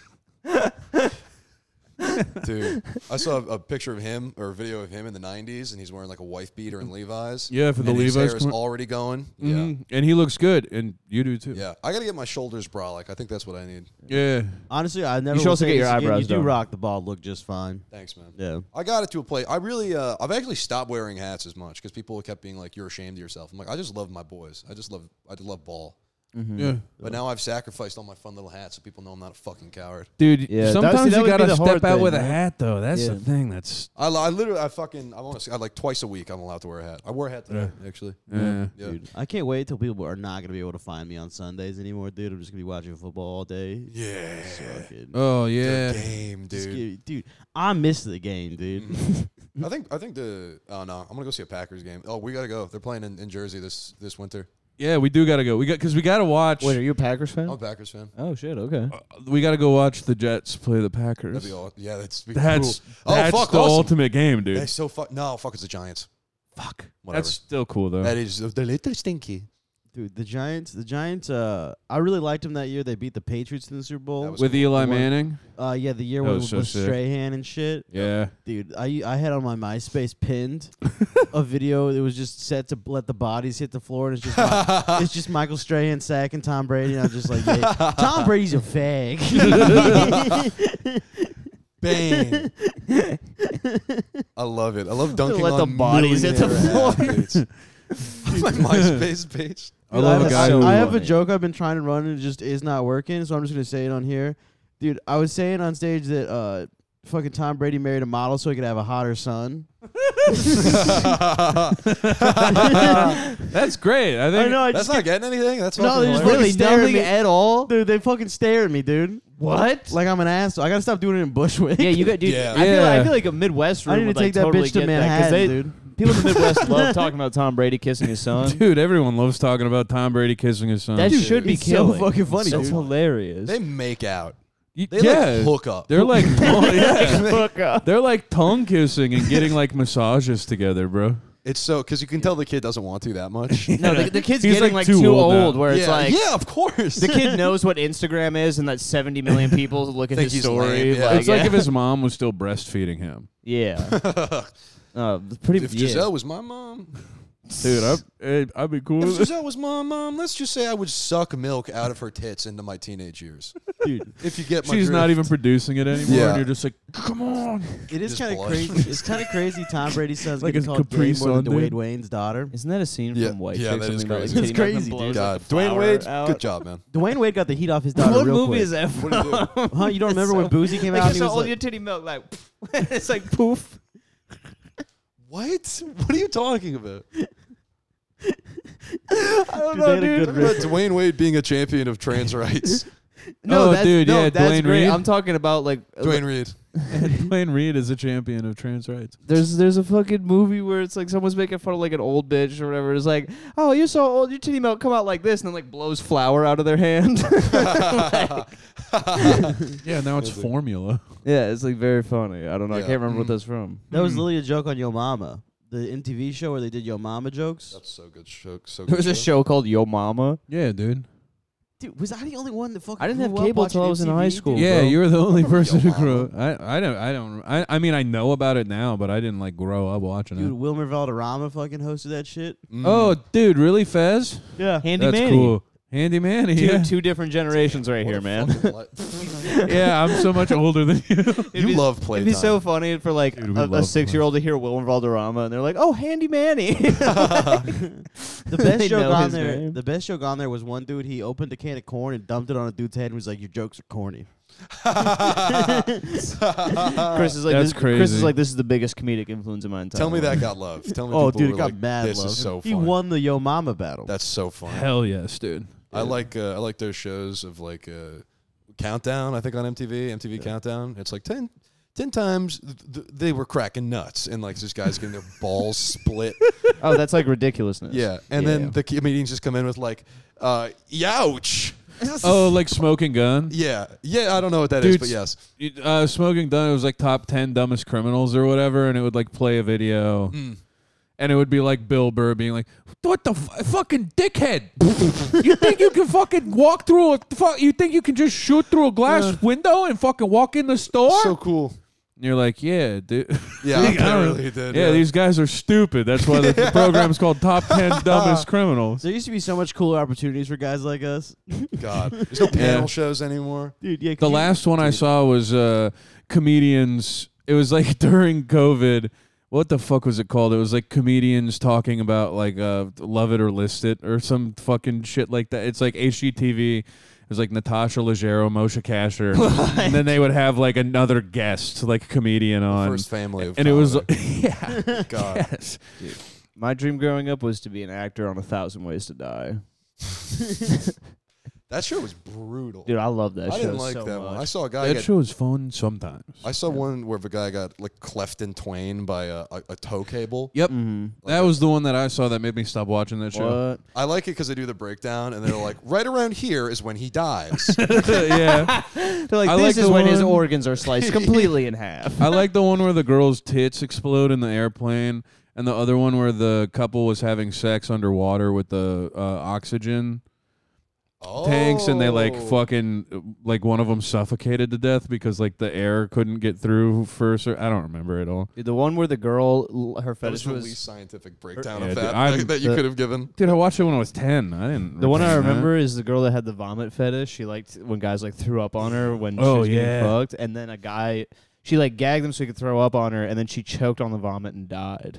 Dude, I saw a, a picture of him or a video of him in the '90s, and he's wearing like a wife beater and Levi's. Yeah, for the and his hair Levi's is com- already going. Mhm. And he looks good, and you do too. Yeah, yeah. I gotta get my shoulders brolic. I think that's what I need. Yeah. Honestly, I never. should will also say get your this again, eyebrows You do done. rock the bald look just fine. Thanks, man. Yeah. I got it to a place. I really, uh, I've actually stopped wearing hats as much because people kept being like, "You're ashamed of yourself." I'm like, I just love my boys. I just love, I just love ball. Mm-hmm. Yeah. But now I've sacrificed all my fun little hats so people know I'm not a fucking coward. Dude, Yeah, that- sometimes see, that you would be gotta the step hard out thing, with a right? hat, though. That's the Yeah. thing. That's I, li- I literally, I fucking, I want to say, I like twice a week I'm allowed to wear a hat. I wore a hat today, actually. yeah. Yeah. Dude, I can't wait till people are not gonna be able to find me on Sundays anymore, dude. I'm just gonna be watching football all day. Yeah. Just fucking- Oh The yeah. Game, just dude. give- dude, I miss the game, Mm-hmm. dude. I think, I think the. Oh no, I'm gonna go see a Packers game. Oh, we gotta go. They're playing in, in Jersey this this winter. Yeah, we do gotta go. We got because we gotta watch. Wait, are you a Packers fan? I'm a Packers fan. Oh shit. Okay. Uh, we gotta go watch the Jets play the Packers. That'd be all. Yeah, that's be That's cool. Oh that's fuck, the awesome. ultimate game, dude. They so fuck. No, fuck, it's the Giants. fuck. Whatever. Uh. That's still cool though. That is the little stinky. Dude, the Giants, the Giants. Uh, I really liked them that year. They beat the Patriots in the Super Bowl. That was With cool. Eli The one- Manning. Uh, yeah, the year That when was was so sick. Strahan and shit. Yeah. Dude, I I had on my MySpace pinned a video that was just set to let the bodies hit the floor, and it's just Mi- it's just Michael Strahan sacking Tom Brady, and I'm just like, yeah, Tom Brady's a fag. Bang. I love it. I love dunking Let on the bodies hit the millionaire floor. athletes. My MySpace page. I love a have guy I, who I have a funny. joke I've been trying to run and it just is not working, so I'm just gonna say it on here. Dude, I was saying on stage that uh fucking Tom Brady married a model so he could have a hotter son. That's great. I think I know I That's just not getting anything. That's no, fucking they just hilarious. really stare at nothing me. at all. Dude, they fucking stare at me, dude. What? Like I'm an asshole. I gotta stop doing it in Bushwick. Yeah, you got dude. Yeah. I, Feel like, Yeah. I feel like a Midwest. I need room to would, take like, that totally bitch to get that, 'cause Manhattan, they- dude. People in the Midwest love talking about Tom Brady kissing his son. Dude, everyone loves talking about Tom Brady kissing his son. that should be it's so killing. fucking funny, It's dude. hilarious. They make out. Y- They like hook up. They're like, oh, yeah. hook up. they're like tongue kissing and getting like massages together, bro. It's so because you can tell the kid doesn't want to that much. yeah, No, the, the kid's He's, getting like, like, too too, old old, now. where it's like yeah, of course. the kid knows what Instagram is and that 70 million people look at Think his he's story. lame, yeah. It's like yeah. if his mom was still breastfeeding him, yeah. Uh, pretty if yeah. Giselle was my mom, dude. I'd, eh, I'd be cool. if with it. Giselle was my mom, let's just say I would suck milk out of her tits into my teenage years. dude. If you get my She's drift. not even producing it anymore, Yeah. and you're just like, come on. It is Just kind of blush. crazy. It's kind of crazy. Tom Brady's son's Like getting his called Capri gay more Sun, than Dwayne dude. Wayne's daughter. Isn't that a scene Yeah, from White yeah, Chicks? that is Something about, crazy. like, It's hitting up and crazy, blows, dude. God, like, a Dwayne flower Wade, out. good job, man. Dwayne Wade got the heat off his daughter. What real movie quick. is that from? What do you do? Huh? You don't remember when Boozy came out? Like, And it's he so was old like, your titty milk, like it's like poof. What? What are you talking about? I don't Dude, they had a good Talking about Dwayne Wade being a champion of trans rights. Oh, No, that's, dude, no, yeah, that's Dwayne great. Reed. I'm talking about like uh, Dwayne Reed. Dwayne Reed is a champion of trans rights. There's there's a fucking movie where it's like someone's making fun of like an old bitch or whatever. It's like, oh, you're so old, your titty milk come out like this, and then like blows flour out of their hand. Yeah, now it's formula. yeah, it's like very funny. I don't know. I Yeah. can't remember what that's from. that was literally a joke on Yo Mama, the MTV show where they did Yo Mama jokes. That's so good. Show, so good There was a show called Yo Mama. Yeah, dude. Dude, was I the only one that fucking? I didn't grew have up cable watching till I was in MTV, high dude? school. Yeah, bro. you were the only remember person who Yo grew. I, I don't. I don't. I, I. mean, I know about it now, but I didn't like grow up watching Dude, it. Wilmer Valderrama fucking hosted that shit. Mm. Oh, dude, really, Fez? Yeah. Handy That's Manny. cool. Handy Manny. Two, Yeah. two different generations right here, man. yeah, I'm so much older than you. you be- love It'd playtime. be so funny for like Dude, we a, love a six year old to hear Willem Valderrama, and they're like, "Oh, Handy Manny." The best They joke know on his there. name. The best joke on there was one dude. He opened a can of corn and dumped it on a dude's head and was like, "Your jokes are corny." Chris is like, That's this, Chris crazy. is like, "This is the biggest comedic influence of my entire." Tell me life." that got love. Tell me. people Oh, dude, were it got like, mad This love. is so he funny. won the Yo Mama battle. That's so funny. Hell yes, dude. I like. Uh, I like those shows of like uh, Countdown. I think on MTV. MTV Countdown. It's like ten. 10 times th- th- they were cracking nuts and like this guy's getting their balls split Oh, that's like ridiculousness. yeah and then the comedians just come in with like uh youch Um, Oh, like smoking gun. yeah yeah i don't know what that is, Dude, but yes It- Uh, smoking gun. It was like top ten dumbest criminals or whatever, and it would like play a video, and it would be like Bill Burr being like, "What the f- fucking dickhead? you think you can fucking walk through a fuck? You think you can just shoot through a glass window and fucking walk in the store? so cool And you're like, yeah, dude. Yeah, Like, I don't apparently really- he did, Yeah, yeah. these guys are stupid. That's why the program's called Top Ten Dumbest Criminals. There used to be so much cooler opportunities for guys like us, God, there's no panel shows anymore. dude. Yeah, The last one I saw was uh, comedians. It was like during COVID. What the fuck was it called? It was like comedians talking about like uh, love it or list it or some fucking shit like that. It's like HGTV. It was like Natasha Leggero, Moshe Kasher, and then they would have like another guest, like comedian on, First family of and it was comedy. yeah, God. yes. My dream growing up was to be an actor on A Thousand Ways to Die. that show was brutal. Dude, I love that I show didn't like so that much. one. I saw a guy That get. show is fun sometimes. I saw one where the guy got like cleft in twain by a, a, a toe cable. Yep, Mhm. that was the one that I saw that made me stop watching that show. What? I like it because they do the breakdown and they're like, right around here is when he dies. yeah, They're like, I this like is the when his one- organs are sliced completely in half. I like the one where the girl's tits explode in the airplane, and the other one where the couple was having sex underwater with the uh, oxygen oh. tanks, and they like fucking like one of them suffocated to death because like the air couldn't get through for. a cer- I don't remember it all. Dude, the one where the girl, l- her That was fetish the was. least scientific breakdown Yeah, of dude, that I'm- that you the- could have given. Dude, I watched it when I was ten. I didn't. The one I retain that. remember is the girl that had the vomit fetish. She liked when guys like threw up on her when Oh, she was yeah. getting fucked, and then a guy she like gagged him so he could throw up on her, and then she choked on the vomit and died.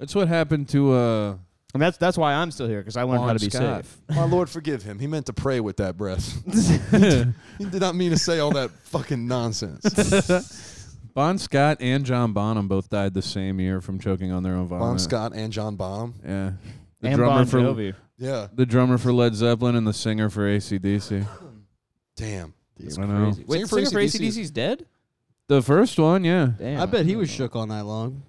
That's what happened to uh. And that's that's why I'm still here because I learned how Juan to be Scott. safe. My Lord, forgive him. He meant to pray with that breath. he did not mean to say all that fucking nonsense. Bon Scott and John Bonham both died the same year from choking on their own vomit. Bon Scott and John Baum. Yeah. The and drummer Bon for Jovi. Yeah. the drummer for Led Zeppelin and the singer for ACDC. Damn. I know. Wait, Singer for AC/DC is- dead? The first one, yeah. Damn, I bet he was shook all night long.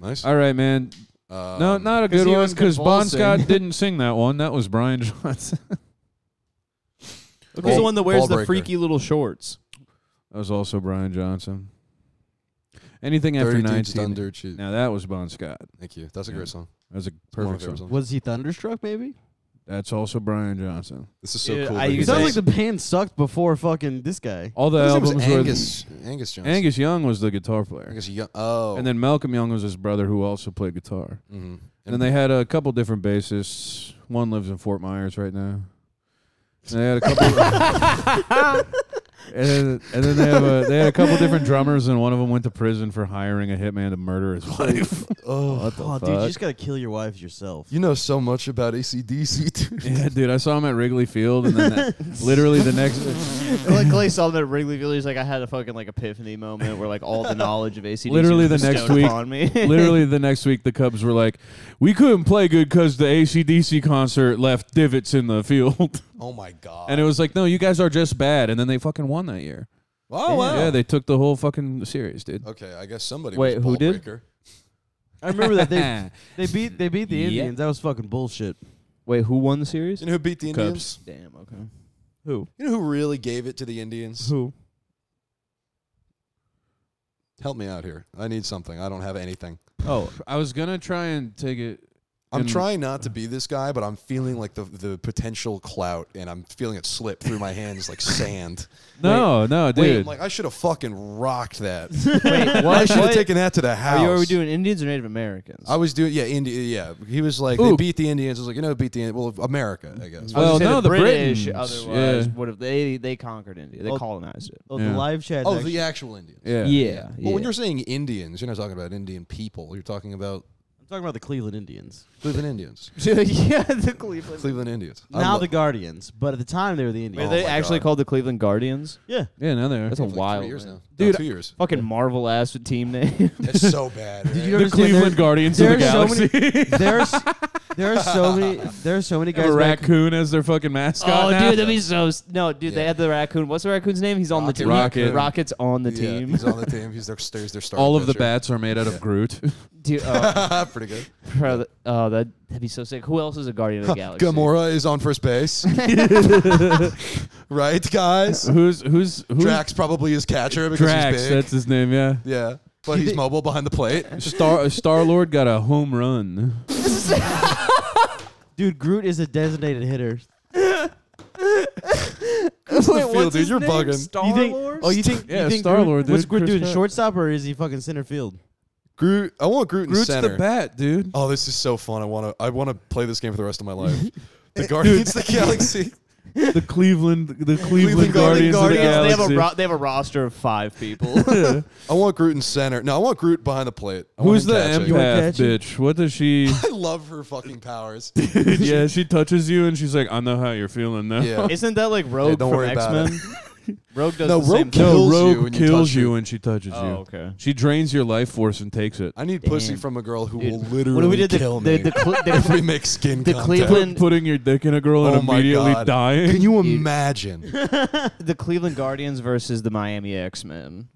Nice. All right, man. Um, Uh, No, not a 'cause good he one was because Bon convulsing. Scott didn't sing that one. That was Brian Johnson. Who's Ball- the one that wears ball the breaker. freaky little shorts? that was also Brian Johnson. Anything after Dirty Deeds 19. Done Dirt Cheap. Now that was Bon Scott. Thank you. That's a Yeah. great song. That was a One of my perfect favorite song. songs. Was he thunderstruck? Maybe. That's also Brian Johnson. This is so Yeah, cool. that I use he It He's sounds did like nice. the band sucked before fucking this guy. All the His name albums was were Angus. Angus Jones. Angus Young was the guitar player. Angus Young. Oh. And then Malcolm Young was his brother who also played guitar. hmm And then they had a couple different bassists. One lives in Fort Myers right now. And they had a couple. and, then, and then they have a, they had a couple different drummers, and one of them went to prison for hiring a hitman to murder his wife. Oh. oh, dude, you just gotta kill your wife yourself. You know so much about ACDC, dude. yeah, dude, I saw him at Wrigley Field, and then that, literally the next. like Clay saw that Wrigley Village. He's like, I had a fucking like epiphany moment where like all the knowledge of AC Literally the next week- on me. Literally the next week, the Cubs were like, "We couldn't play good because the ACDC concert left divots in the field," Oh my god. and it was like, "No, you guys are just bad." And then they fucking won that year. oh wow. Yeah, they took the whole fucking series, dude. okay, I guess somebody. Wait, was who ball did? breaker. I remember that they they beat they beat the Indians. That was fucking bullshit. Wait, who won the series? You know who beat the Indians? Damn. Okay. You know who really gave it to the Indians? Who? Help me out here. I need something. I don't have anything. Oh, I was gonna try and take it. I'm And- trying not to be this guy, but I'm feeling like the the potential clout, and I'm feeling it slip through my hands like sand. No, no, I'm dude. like I should have fucking rocked that. Wait, what? I should have what- taken that to the Are, house. you, are we doing Indians or Native Americans? I was doing yeah, India. Yeah, he was like they Ooh. beat the Indians. I was like you know beat the Ind- well America I guess. Well, gonna say no, the British Britons, otherwise yeah. would have they they conquered India. They Oh. colonized it. Oh, Yeah. the live chat. oh, the actual Indians. yeah. Yeah. Well, when you're saying Indians, you're not talking about Indian people. You're talking about I'm talking about the Cleveland Indians. Cleveland Indians. yeah, the Cleveland. Cleveland Indians. I Now lo- the Guardians, but at the time they were the Wait, Indians. they Oh my actually God. called the Cleveland Guardians. yeah, Yeah, now they're. That's a like, three wild years man. now. Dude, no, two years. Fucking Marvel ass team name. It's so bad. right? you The understand Cleveland there- Guardians of there the are so Galaxy. many. There's there are so many. There are so many Have guys. a back- raccoon as their fucking mascot. now. Oh, dude, that'd be so. s- No, dude, they Yeah. had the raccoon. What's the raccoon's name? He's on Rocket the team. Raccoon. Rocket's on the Yeah, team. He's on the team. He's their, he's their star. All of the pitcher. bats are made out of Groot. Dude, oh, Pretty good. bro, that- oh, that, that'd be so sick. Who else is a Guardian of the Galaxy? Gamora is on first base. right, guys? who's who's who's Drax probably is catcher because Drax, he's big. that's his name. Yeah. yeah. But he's mobile behind the plate. Star Star Lord got a home run. Dude, Groot is a designated hitter. What's the what's field, dude? his You're name? bugging. Star You think? Lord? Oh, you think? Yeah, you think Star-Lord, Groot- What's dude. Groot Chris doing? Pratt. Shortstop or is he fucking center field? Groot. I want Groot in Groot's center. the bat, dude. Oh, this is so fun. I want to. I want to play this game for the rest of my life. The Guardians of the Galaxy. the Cleveland, the Cleveland, Cleveland Guardians, Guardians, of the they, have Galaxy. a ro- they have a roster of five people. I want Groot in center. No, I want Groot behind the plate. I want Who's him the catching. You wanna empath catch it? bitch? What does she? I love her fucking powers. yeah, she touches you and she's like, "I know how you're feeling now." Yeah. Isn't that like Rogue don't from worry X about Men? Rogue does No, the same Rogue thing. No, kills Rogue you when you kills touch you it. when she touches Oh, you. okay. She drains your life force and takes it. I need pussy from a girl who Dude, will what literally What if we did the, kill the, me. the, Cle- if we the, make skin the contact. Cleveland- Putting your dick in a girl Oh and my immediately God. Can dying. you imagine? the Cleveland Guardians versus the Miami X Men?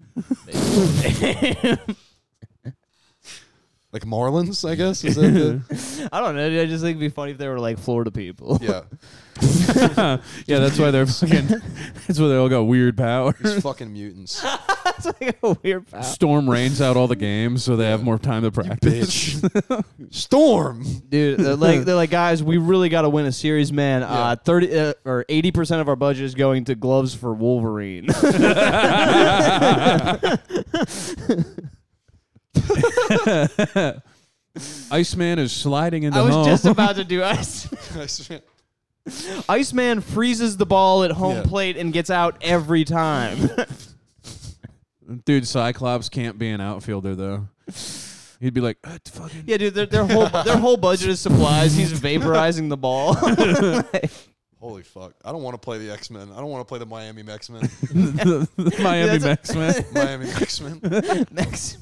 like Marlins, I guess. Is that the, I don't know. dude, I just think it'd be funny if they were like Florida people. yeah, yeah, that's why they're fucking. that's why they all got weird power. these fucking mutants, it's like a weird power. Storm rains out all the games, so they have more time to practice. bitch. Storm. Dude, they're like they're like guys, we really got to win a series, man. Uh, thirty uh, or eighty percent of our budget is going to gloves for Wolverine. Iceman is sliding into I was home. just about to do ice. I swear. Iceman freezes the ball at home Yeah. plate and gets out every time. Dude, Cyclops can't be an outfielder though. He'd be like, "Ah, fucking yeah, dude, their, their whole their whole budget is supplies. He's vaporizing the ball. Holy fuck! I don't want to play the X Men. I don't want to play the Miami X Men. the, the Miami That's- Max man, Miami X Men. Mex-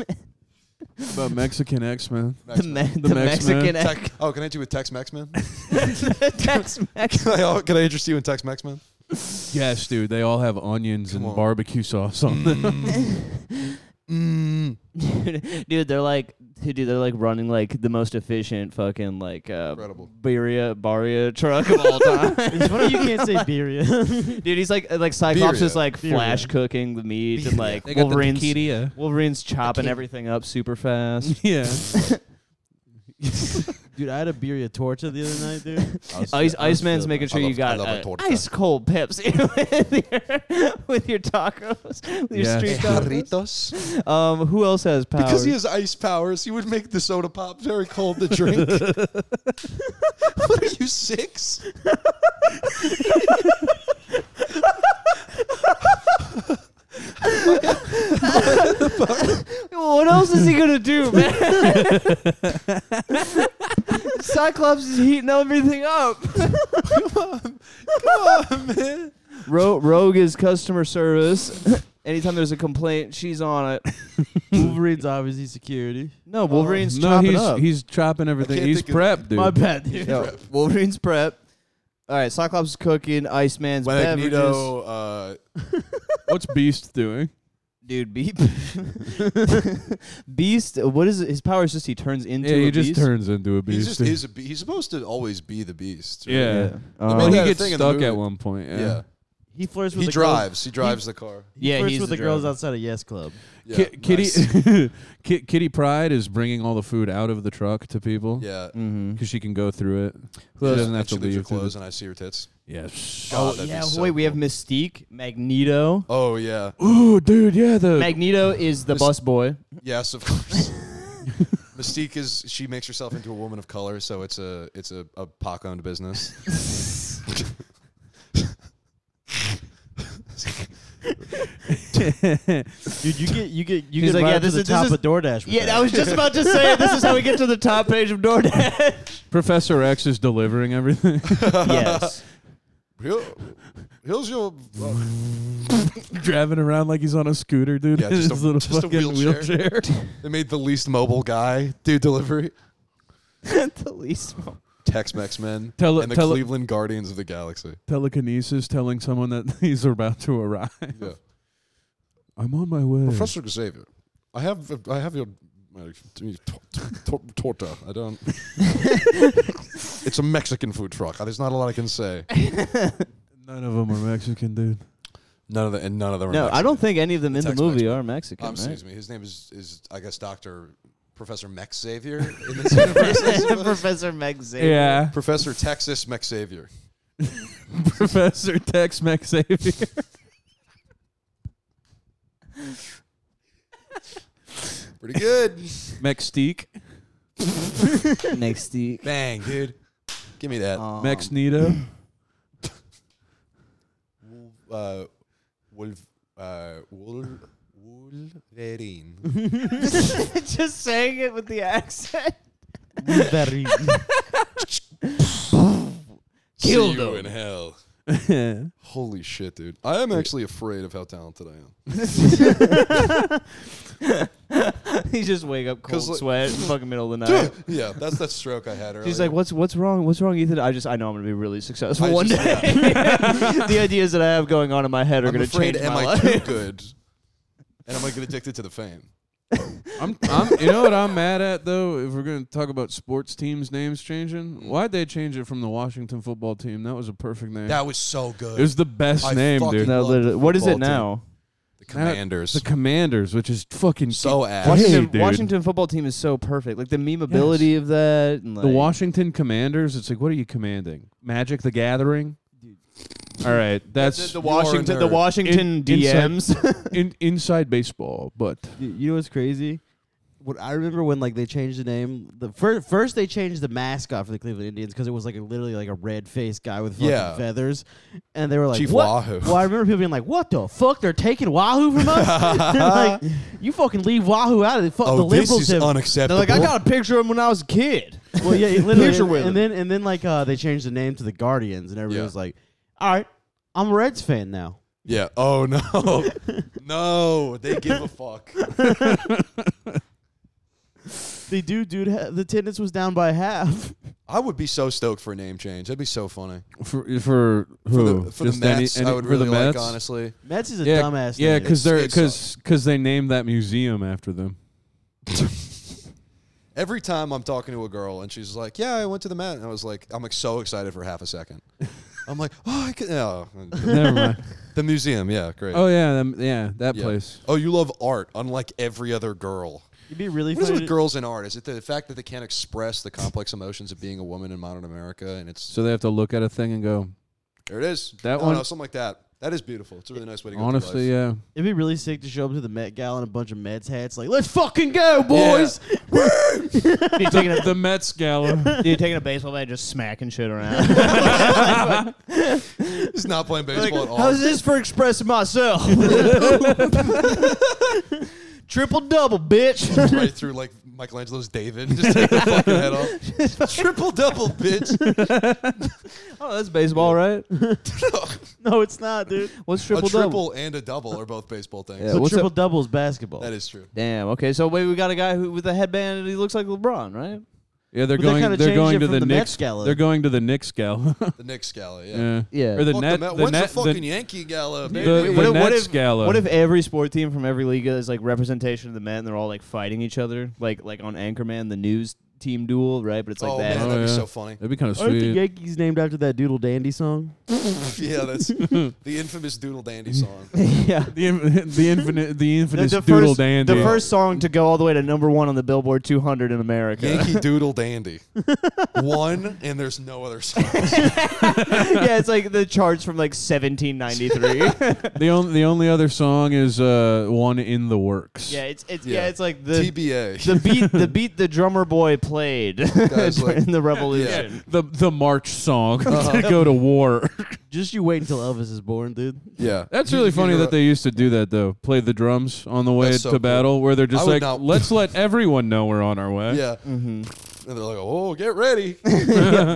the Mexican X man. the, me- The the, Mex-Man. Mexican Tech- oh, can I hit you with Tex Mex Man? Can Tex Mex. I, oh, can I interest you in Tex Mex Man? Yes, dude, they all have onions Come and on. barbecue sauce on them. Mm. dude, they're like, dude, they're like running like the most efficient fucking like uh, Incredible. Beria Baria truck of all time. It's funny you can't say birria. dude, he's like like Cyclops is Beria. like flash cooking the meat and like They got the Wolverine's taqueria. Wolverine's chopping everything up super fast. Yeah. Dude, I had a birria torta the other night, dude. Ice, Iceman's making I sure you love- got I love a uh, torta. ice cold Pepsi with your, with your tacos, with Yes. your street tacos. Jarritos. Um, who else has powers? Because he has ice powers, he would make the soda pop very cold to drink. what are you six? Well, what else is he gonna do, man? Cyclops is heating everything up. Ro- Rogue is customer service. Anytime there's a complaint, she's on it. Wolverine's obviously security. No, Wolverine's no, chopping he's up. he's chopping everything. can't He's think of- prepped, dude. My bad, dude. No, Wolverine's prep. All right, Cyclops is cooking. Iceman's beverages. Magneto, uh, What's Beast doing? Dude, beep. Beast. What is it? his power? Is just he turns into yeah, a he just beast. turns into a he's beast. just dude. is a be- he's supposed to always be the beast. right? yeah. Um, Well, made Oh, he that gets thing in the stuck at movie. one point. Yeah. yeah. He flirts with He the drives. He drives the car. Girls. He Yeah, flirts he's with the the girls driver. outside of Yes Club. Yeah, Ki- Kitty, nice. Ki- Kitty Pride is bringing all the food out of the truck to people because Yeah. Mm-hmm. she can go through it. She Yeah, doesn't have and to she leaves her leave. through clothes the- and I see her tits. Yes. God, that'd be Oh, yeah. so wait, we have cool. Mystique, Magneto. Oh yeah. Ooh, dude, yeah, the Magneto is the Mys- bus boy. Yes, of course. Mystique is she makes herself into a woman of color, so it's a it's a, a Pac owned business. Dude, you get you get you He's get like, right yeah, up to this the is- this top is- of DoorDash. With that. was just about to say this is how we get to the top page of DoorDash. Professor X is delivering everything. yes. Here- Here's your uh, driving around like he's on a scooter, dude. Yeah, His just a- little just a fucking wheelchair. they made the least mobile guy do delivery. the least. one. Tex Mex men Tele- and the tele- Cleveland Guardians of the Galaxy. Telekinesis telling someone that he's about to arrive. Yeah. I'm on my way. Professor Xavier, I have I have your uh, t- t- t- torta. I don't. it's a Mexican food truck. There's not a lot I can say. None of them are Mexican, dude. None of the and none of them. are No, I Mexican. don't think any of them in the Tex-Mex movie man. are Mexican. Um, right? excuse me. His name is is I guess Doctor Professor Mex Xavier in this universe. I suppose. Professor Meg Xavier. Yeah. Professor Texas Mex Xavier. Professor Tex Mex Xavier. Pretty good. Mexteak. Next week. Bang, dude. Give me that. Um, Mex Nito. Uh, wolf, uh, wolf, wolverine. just saying it with the accent. Very. See you in hell. Holy shit, dude. I am actually afraid of how talented I am. you just wake up cold 'Cause, like- sweat in the fucking middle of the night. yeah, that's that stroke I had earlier. She's like, "What's what's wrong? What's wrong, Ethan?" I just I know I'm gonna be really successful I one just- day. the ideas that I have going on in my head are I'm gonna afraid, change am my I life. too good? And am I get addicted to the fame? I'm, I'm, you know what I'm mad at though? If we're gonna talk about sports teams names Mm. changing, why'd they change it from the Washington football team? That was a perfect name. That was so good. it was the best I name, fucking dude. No, Love literally. the What is it football team. now? the Commanders. The Commanders, which is fucking so ass. Hey, Washington, dude. Washington football team is so perfect. Like the memeability of that. And like, The Washington Commanders. It's like, what are you commanding? Magic the Gathering. All right, the, that's the You are a Washington, the nerd. Washington In- DMs. in, inside baseball, but You- You know what's crazy? What I remember when like they changed the name. The first, first they changed the mascot for the Cleveland Indians because it was like a, literally like a red faced guy with fucking Yeah. feathers, and they were like Chief what? Wahoo. Well, I remember people being like, "What the fuck? They're taking Wahoo from us? like, you fucking leave Wahoo out of the fuck oh, the this liberals is have- unacceptable. a picture of him when I was a kid. Well, yeah, it literally. Picture and, with and it. then and then like uh, they changed the name to the Guardians, and everybody Yeah. was like, "All right, I'm a Reds fan now." yeah. Oh no. no, they give a fuck. They do, dude. Ha- the attendance was down by half. I would be so stoked for a name change. That'd be so funny. for for For who? the, for the Just any- Mets, any- I would for really the like, Mets? honestly. Mets is a Yeah, dumbass. yeah, name. because It's- they're it because because they named that museum after them. Every time I'm talking to a girl and she's like, "Yeah, I went to the Met," and I was like, "I'm like so excited for half a second. I'm like, "Oh, I could, oh. Never mind. the museum, yeah, great. Oh yeah, them, yeah, that Yeah. place. Oh, you love art, unlike every other girl. it'd be really What is funny. with girls in art? Is it the fact that they can't express the complex emotions of being a woman in modern America? And it's So they have to look at a thing and go. there it is. That I don't one- know, something like that. That is beautiful. It's a really nice way to go. through Honestly, life. yeah. It'd be really sick to show up to the Met Gala in a bunch of Mets hats, like "Let's fucking go, boys!" You're taking a, The Mets Gala. dude, taking a baseball bat, and just smacking shit around. he's not playing baseball at all. How's this for expressing myself? Triple double, bitch. right through like Michelangelo's David, just take the fucking head off. Triple double, bitch. Oh, that's baseball, right? no, it's not, dude. What's a triple triple double? and a double are both baseball things. Yeah. But what's triple up- doubles basketball. That is true. Damn. Okay, so wait, we got a guy who with a headband and he looks like LeBron, right? Yeah, they're But they going. kinda They are changed going it to from the, the Mets Knicks. Gala. They're going to the Knicks Gala. The Knicks gala, yeah. yeah. Yeah. Or the Fuck Net. the Met. The When's Net. the fucking The, Yankee gala, the- baby? the What if- what Nets if- Gala. What if every sport team from every league is like representation of the Met, and they're all like fighting each other, like like on Anchorman, the news team duel, right? But it's like oh that. man, Oh, that'd be yeah. so funny. That'd be kind of Aren't the sweet. Yankees named after that Doodle Dandy song? yeah, that's the infamous Doodle Dandy song. yeah. The, in- the infinite. The infinite the doodle first, dandy. The first song to go all the way to number one on the Billboard 200 in America. Yankee Doodle Dandy. One, and there's no other song. yeah, it's like the charts from like 1793. The only. The only other song is uh one in the works. yeah, it's it's yeah. Yeah. it's like the TBA. the beat the beat the drummer boy played Guys, like- in the revolution. The the march song to go to war. Just you wait until Elvis is born, dude. yeah. That's really funny that they used to do that though. Play the drums on the way That's so to cool. battle, where they're just would like, not- "Let's let everyone know we're on our way." Yeah. And they're like, oh, get ready.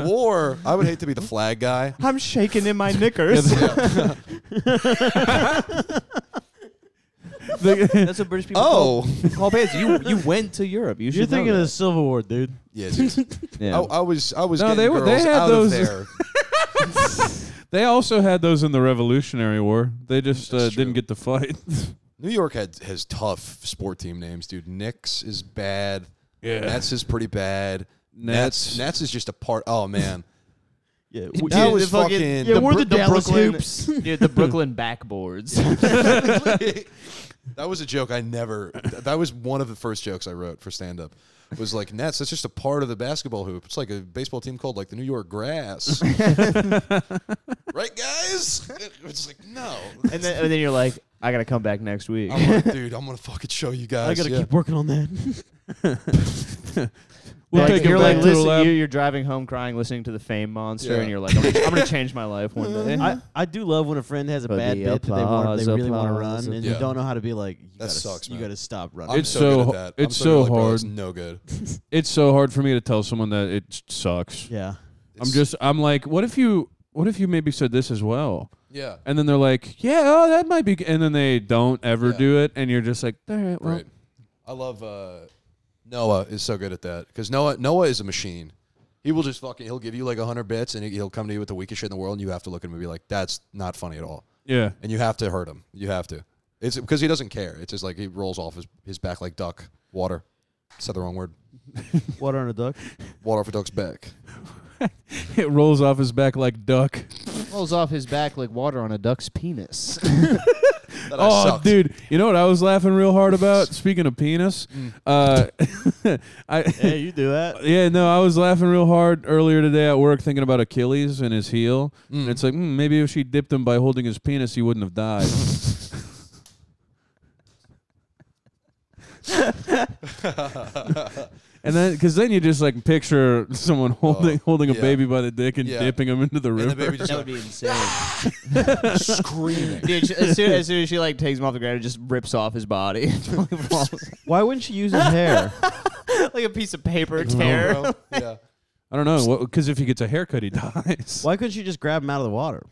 War. I would hate to be the flag guy. I'm shaking in my knickers. They- That's what British people Oh. call, call pants. You you went to Europe. You should You're thinking know of the Civil War, dude. Yeah, dude. that. Yeah. I, I was I was No, getting they were- girls they had out those- of there. they also had those in the Revolutionary War. They just uh, That's true. didn't get to fight. New York had has tough sport team names, dude. Knicks is bad. Yeah. Nets is pretty bad. Nets. Nets, Nets is just a part. Oh man. Yeah, Dude, That the was fucking- fucking- Yeah, we're the Dallas Brooklyn, Hoops. Dude, the Brooklyn backboards. that was a joke I never. That was one of the first jokes I wrote for stand up. was like nets. That's just a part of the basketball hoop. It's like a baseball team called like the New York Grass, right, guys? It's like no. and then and then you're like, I gotta come back next week. I'm like, dude, I'm gonna fucking show you guys. I gotta yeah. keep working on that. We'll Like, take him you're back like to the listen- lab. you- You're driving home crying, listening to the Fame Monster, Yeah. and you're like, I'm gonna, I'm gonna change my life one day. I, I do love when a friend has a But bad the bit that they want, applause, they really want to applause, run, and Yeah. you don't know how to be like. You gotta, sucks, You man. got to stop running. I'm It's so, so good ho- at that. it's I'm so, so good, like, bro, it's hard. no good. it's so hard for me to tell someone that it sucks. yeah. I'm just I'm like, what if you what if you maybe said this as well? Yeah. And then they're like, yeah, oh, that might be. g-" And then they don't ever Yeah. do it, and you're just like, all right, well, Right. I love uh, Noah is so good at that because Noah Noah is a machine. He will just fucking he'll give you like hundred bits and he- he'll come to you with the weakest shit in the world and you have to look at him and be like that's not funny at all yeah, and you have to hurt him you have to it's because he doesn't care it's just like he rolls off his, his back like duck water said the wrong word Water on a duck. water off a duck's back it rolls off his back like duck. rolls off his back like water on a duck's penis. That I Oh, sucked. dude, you know what I was laughing real hard about? Speaking of penis, Mm. uh, I. yeah, you do that. Yeah, no, I was laughing real hard earlier today at work thinking about Achilles and his heel. And it's like, mm, maybe if she dipped him by holding his penis, he wouldn't have died. and then, because then you just like picture someone holding holding a Oh, yeah. baby by the dick and Yeah. dipping him into the and river. the baby just that would like, be insane. screaming Dude, she- as soon as, soon as she like takes him off the ground, it just rips off his body, Why wouldn't she use his hair? like a piece of paper tear. Bro, yeah I don't know, because if he gets a haircut, he dies. Why couldn't she just grab him out of the water?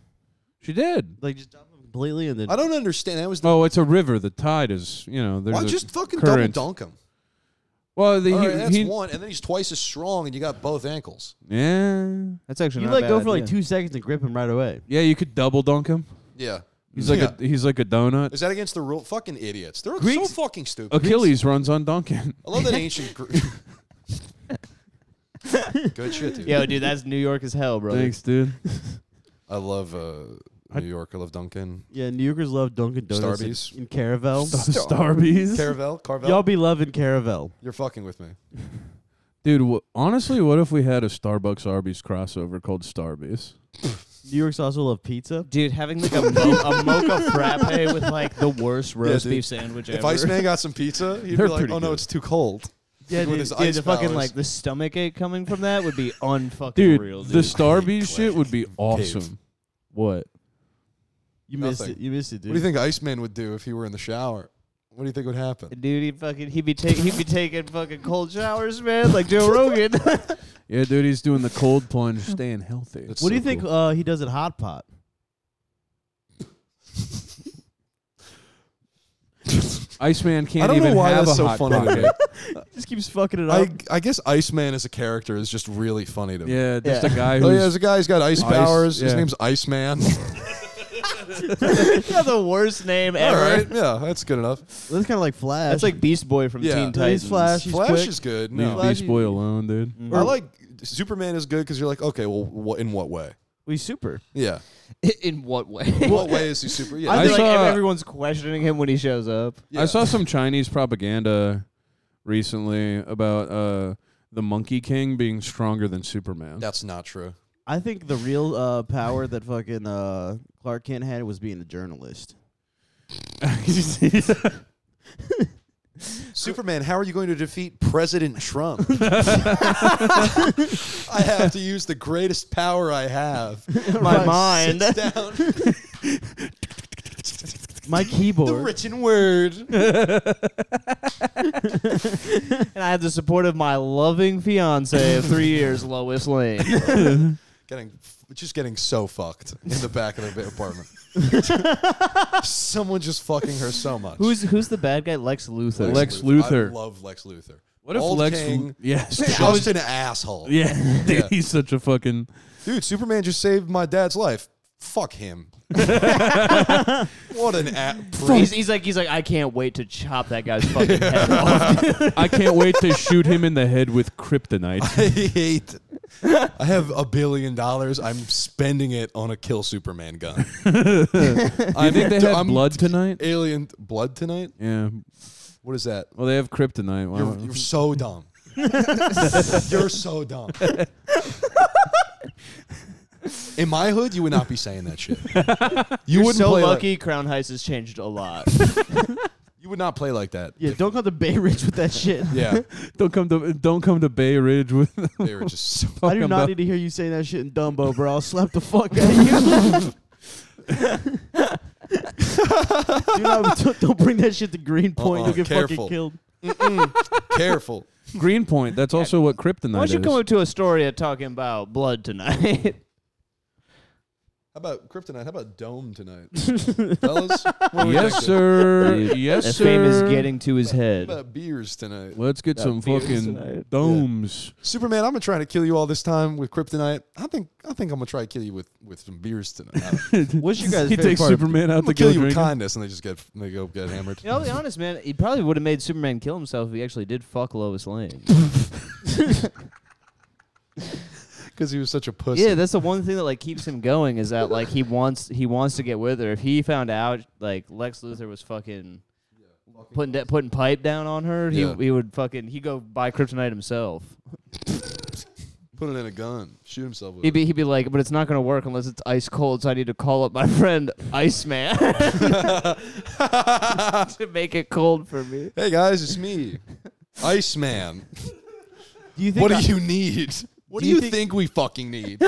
She did. Like just dump him completely and then. I don't understand that was the, Oh, it's a river. The tide is, you know, there's why a just fucking current. double dunk him Well, the, all he, right that's he- one and then he's twice as strong and you got both ankles yeah, That's actually you not a let go bad for like idea. two seconds and grip him right away. yeah. You could double dunk him. yeah He's like Yeah. a he's like a donut. Is that against the rule? Fucking idiots. They're Greeks- so fucking stupid. Achilles runs on Duncan. I love that ancient. Gre- Good shit, dude. Yo, dude, that's New York as hell, bro. Thanks, dude. I love uh, New York. I love Duncan. Yeah, New Yorkers love Dunkin' Donuts and- Starbucks. and Caravel. Starbees. Caravel, Carvel. Y'all be loving Caravel. You're fucking with me. dude, wh- honestly, what if we had a Starbucks Arby's crossover called Starbees? New Yorkers also love pizza. Dude, having like a, mo- a mocha frappe with like the worst roast dude. beef sandwich If ever. Iceman got some pizza, he'd They're be like, pretty "Oh no, good. it's too cold." yeah, with dude, his dude, ice the fucking powers. like the stomach ache coming from that would be unfucking Dude, real, dude. the Starbees shit would be awesome. what? You missed Nothing. it. You missed it, dude. What do you think Iceman would do if he were in the shower? What do you think would happen? Dude, he fucking he'd be taking he'd be taking fucking cold showers, man, like Joe Rogan. Yeah, dude, he's doing the cold plunge, staying healthy. That's What do you so think cool. uh, he does at Hot Pot? Iceman can't I don't even know why have that's a so hot funny to pocket. me. Just keeps fucking it up. I, I guess Iceman as a character is just really funny to me. Yeah, just Yeah. a guy Oh yeah, who's there's a guy who's got ice Ice- powers. His yeah. name's Iceman. yeah, the worst name All ever. right, yeah, that's good enough. That's kind of like Flash. That's like Beast Boy from Yeah. Teen Yeah, he's Titans. Flash. He's Flash quick. is good. leave No, Beast Boy alone, dude. I like Superman is good because you're like, okay, well, wha- in what way? we super. Yeah, In what way? what way is he super? Yeah, I, I think saw- ev- everyone's questioning him when he shows up. yeah. I saw some Chinese propaganda recently about uh, the Monkey King being stronger than Superman. That's not true. I think the real uh, power that fucking uh, Clark Kent had was being a journalist. Superman, how are you going to defeat President Trump? I have to use the greatest power I have. My mind. Sits down My the keyboard. written word. And I had the support of my loving fiance of three years, Lois Lane. Getting just getting so fucked in the back of the apartment. Someone just fucking her so much. Who's who's the bad guy? Lex Luthor. Lex I Luthor. love Lex Luthor. What if Old Lex? King, yes, just an asshole. Yeah, dude, Yeah. he's such a fucking. Dude, Superman just saved my dad's life. Fuck him. what an a- He's, prick. he's like he's like I can't wait to chop that guy's fucking head off. I can't wait to shoot him in the head with kryptonite. I hate. I have a billion dollars. I'm spending it on a kill Superman gun. I think they d- have I'm- blood tonight. Alien blood tonight? Yeah. What is that? Well, they have kryptonite. Why Uh, You're, would- you're so dumb. You're so dumb. In my hood, you would not be saying that shit. You You're wouldn't so play like- lucky. Crown Heist has changed a lot. you would not play like that. Yeah, don't call the Bay Ridge with that shit. Yeah, Don't come to don't come to Bay Ridge with. they were just so I do fucking not dumb. need to hear you saying that shit in Dumbo, bro. I'll slap the fuck out of you. do not, don't, don't bring that shit to Greenpoint. Uh-uh, You'll get careful. fucking killed. careful. Greenpoint. That's also what kryptonite Why don't you is. come up to Astoria talking about blood tonight? How about kryptonite? How about dome tonight, fellas? What do we yes, think? sir. Er, yes, the sir. fame is getting to his How head. about beers tonight? Let's get some beers fucking tonight. domes. Superman, I've been trying to kill you all this time with kryptonite. I think I think I'm gonna try to kill you with, with some beers tonight. I don't- What's your guys' He favorite takes part? Superman I'm out gonna to kill go you with drinking. kindness, and they just get they go get hammered. You know, I'll be honest, man. He probably would have made Superman kill himself if he actually did fuck Lois Lane. because he was such a pussy. yeah, that's the one thing that like keeps him going is that like he wants he wants to get with her. If he found out like Lex Luthor was fucking putting da- putting pipe down on her, Yeah. he he would fucking he go buy kryptonite himself. put it in a gun, shoot himself with He'd it. be he'd be like, but it's not gonna work unless it's ice cold. So I need to call up my friend Iceman to make it cold for me. Hey guys, it's me, Iceman. Do you think What do I- you need? What do you you think- think we fucking need?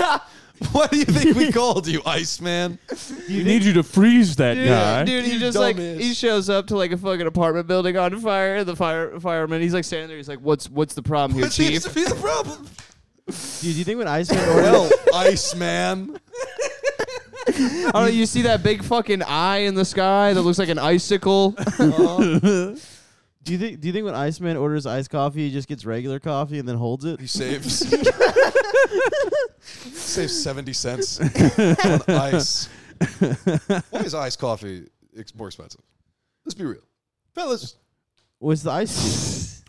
What do you think we called you, Iceman? We need you to freeze that Dude, guy. dude, he You just like dumbass. he shows up to like a fucking apartment building on fire. The fire fireman, he's like standing there. He's like, "What's what's the problem here, What seems chief?" to be the problem? Dude, do you think when Iceman ordered Well, Iceman. I don't know. You see that big fucking eye in the sky that looks like an icicle? Uh-huh. do you think do you think when Iceman orders iced coffee, he just gets regular coffee and then holds it? He saves. saves seventy cents on ice. Why is ice coffee ex- more expensive? Let's be real, fellas. Was the ice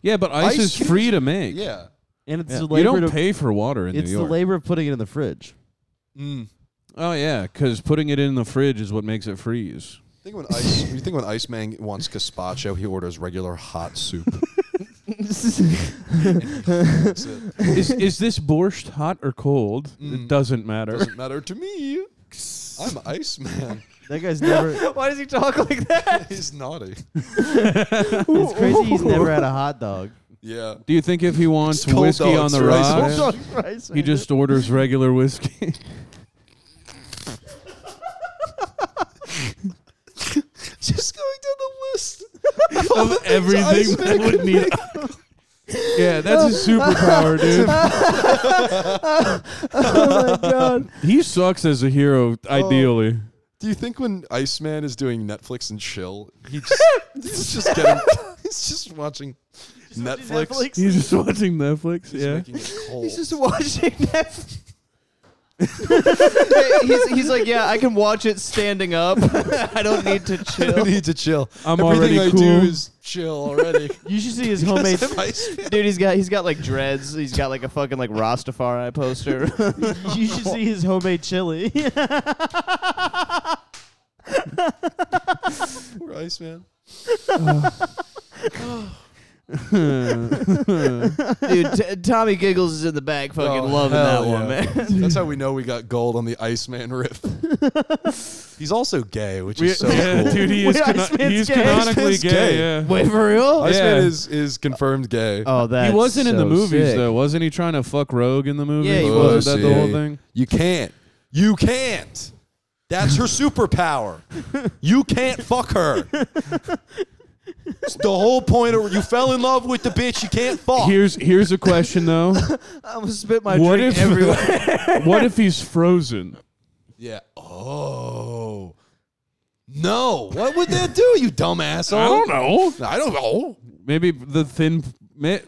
Yeah, but ice, Ice is cubes? free to make. Yeah. and it's Yeah. the You labor don't of, pay for water in it's New the York. labor of putting it in the fridge. Mm. oh yeah, because putting it in the fridge is what makes it freeze. Think when ice. you think when Iceman wants gazpacho, he orders regular hot soup. That's it. is is this borscht hot or cold? It doesn't matter. Mm. Doesn't matter to me. I'm Iceman. That guy's never Why does he talk like that? He's naughty. it's crazy he's never had a hot dog. Yeah. Do you think if he wants It's cold whiskey on dogs the for ice rocks, cold he just orders regular whiskey? Just going down the list. of everything Iceman that would need. yeah, that's his superpower, dude. Oh my god. He sucks as a hero, Oh. ideally. Do you think when Iceman is doing Netflix and chill, he just, he's just getting, he's just watching Netflix. He's just watching Netflix. He's yeah. making it cold. He's just watching Netflix. he's, he's like, yeah, I can watch it standing up. I don't need to I chill. need to chill. I'm Everything already I cool. do is chill already. You should see his homemade Iceman. Dude, he's got he's got like dreads. He's got like a fucking like Rastafari poster. you should see his homemade chili. Poor Iceman. Dude, t- Tommy Giggles is in the back, fucking Oh, loving hell that one, yeah. man. That's how we know we got gold on the Iceman riff. He's also gay, which We- is so yeah, cool. dude, he Wait, is cano- Iceman's he's gay. canonically Iceman's gay. gay. Yeah. Wait for real? Iceman Yeah. is is confirmed gay. Oh, that he wasn't in the movies though, wasn't he? Trying to fuck Rogue in the movie? Yeah, he was. Pussy. that the whole thing? You can't. You can't. That's her superpower. You can't fuck her. It's the whole point of you fell in love with the bitch you can't fuck. Here's here's a question though. I'm gonna spit my what drink if everywhere. what if he's frozen? yeah. Oh. No. What would that do, you dumb asshole? know. I don't know. Maybe the thin. ma-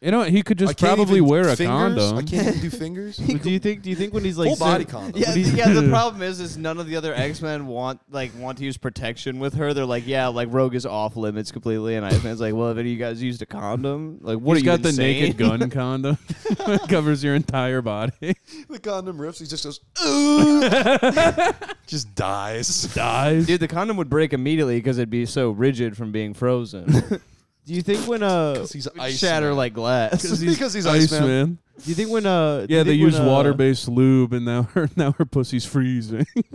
You know, what? he could I just can't probably even- wear a fingers? condom. I can't even do fingers. But do you think do you think when he's like Full body sit- condom. Yeah, yeah. The problem is, is none of the other X Men want like want to use protection with her. They're like, yeah, like Rogue is off limits completely, and Iceman's like, well, have any of you guys used a condom? Like, what He's are you got the naked gun condom that covers your entire body. the condom rips. He just goes, ooh. just dies. Dies. Dude, the condom would break immediately because it'd be so rigid from being frozen. Do you think when uh Because he's would Iceman. shatter like glass? Do because he's Iceman. you think when uh do Yeah, you they think when, use uh, water-based lube, and now her now her pussy's freezing. Do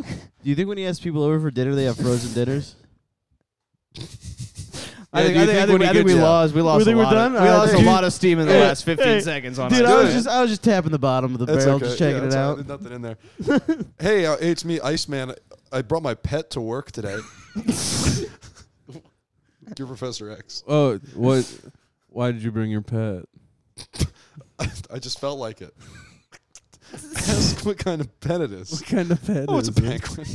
you think when he asks people over for dinner, they have frozen dinners? I Yeah, think, do you I think, think I when think, he I think we gets- lost. We lost. think a we're lot done? Of, we Alright, lost a dude. lot of steam in the Hey, last 15 hey, seconds on Dude, our I was Good. just I was just tapping the bottom of the That's barrel, okay. just Yeah, checking it it's all- there's out. nothing in there. hey, uh, it's me, Iceman. I brought my pet to work today. Your Professor X. oh, what? Why did you bring your pet? I, I just felt like it. Ask what kind of pet it is. What kind of pet Oh, it's is a penguin.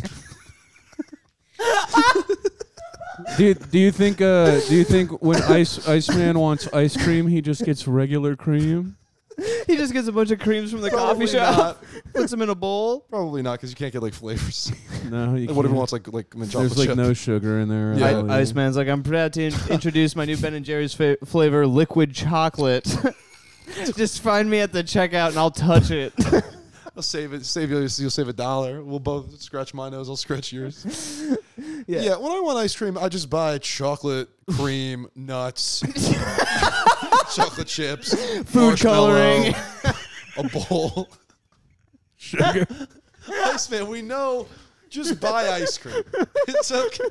it? Do you, do you think uh, do you think when Ice Iceman wants ice cream, he just gets regular cream? He just gets a bunch of creams from the Probably coffee shop, not. puts them in a bowl. Probably not, because you can't get like flavors. No, you And what can't. if he wants like like mint chocolate There's like chip? no sugar in there. Yeah. at I, all, Iceman's like, I'm proud to in- introduce my new Ben and Jerry's fa- flavor, liquid chocolate. Just find me at the checkout and I'll touch it. I'll save it. Save you. You'll save a dollar. We'll both scratch my nose. I'll scratch yours. yeah. When I want ice cream, I just buy chocolate, cream, nuts, chocolate chips, food coloring. a bowl, Sugar. Iceman. We know. Just buy ice cream. It's okay.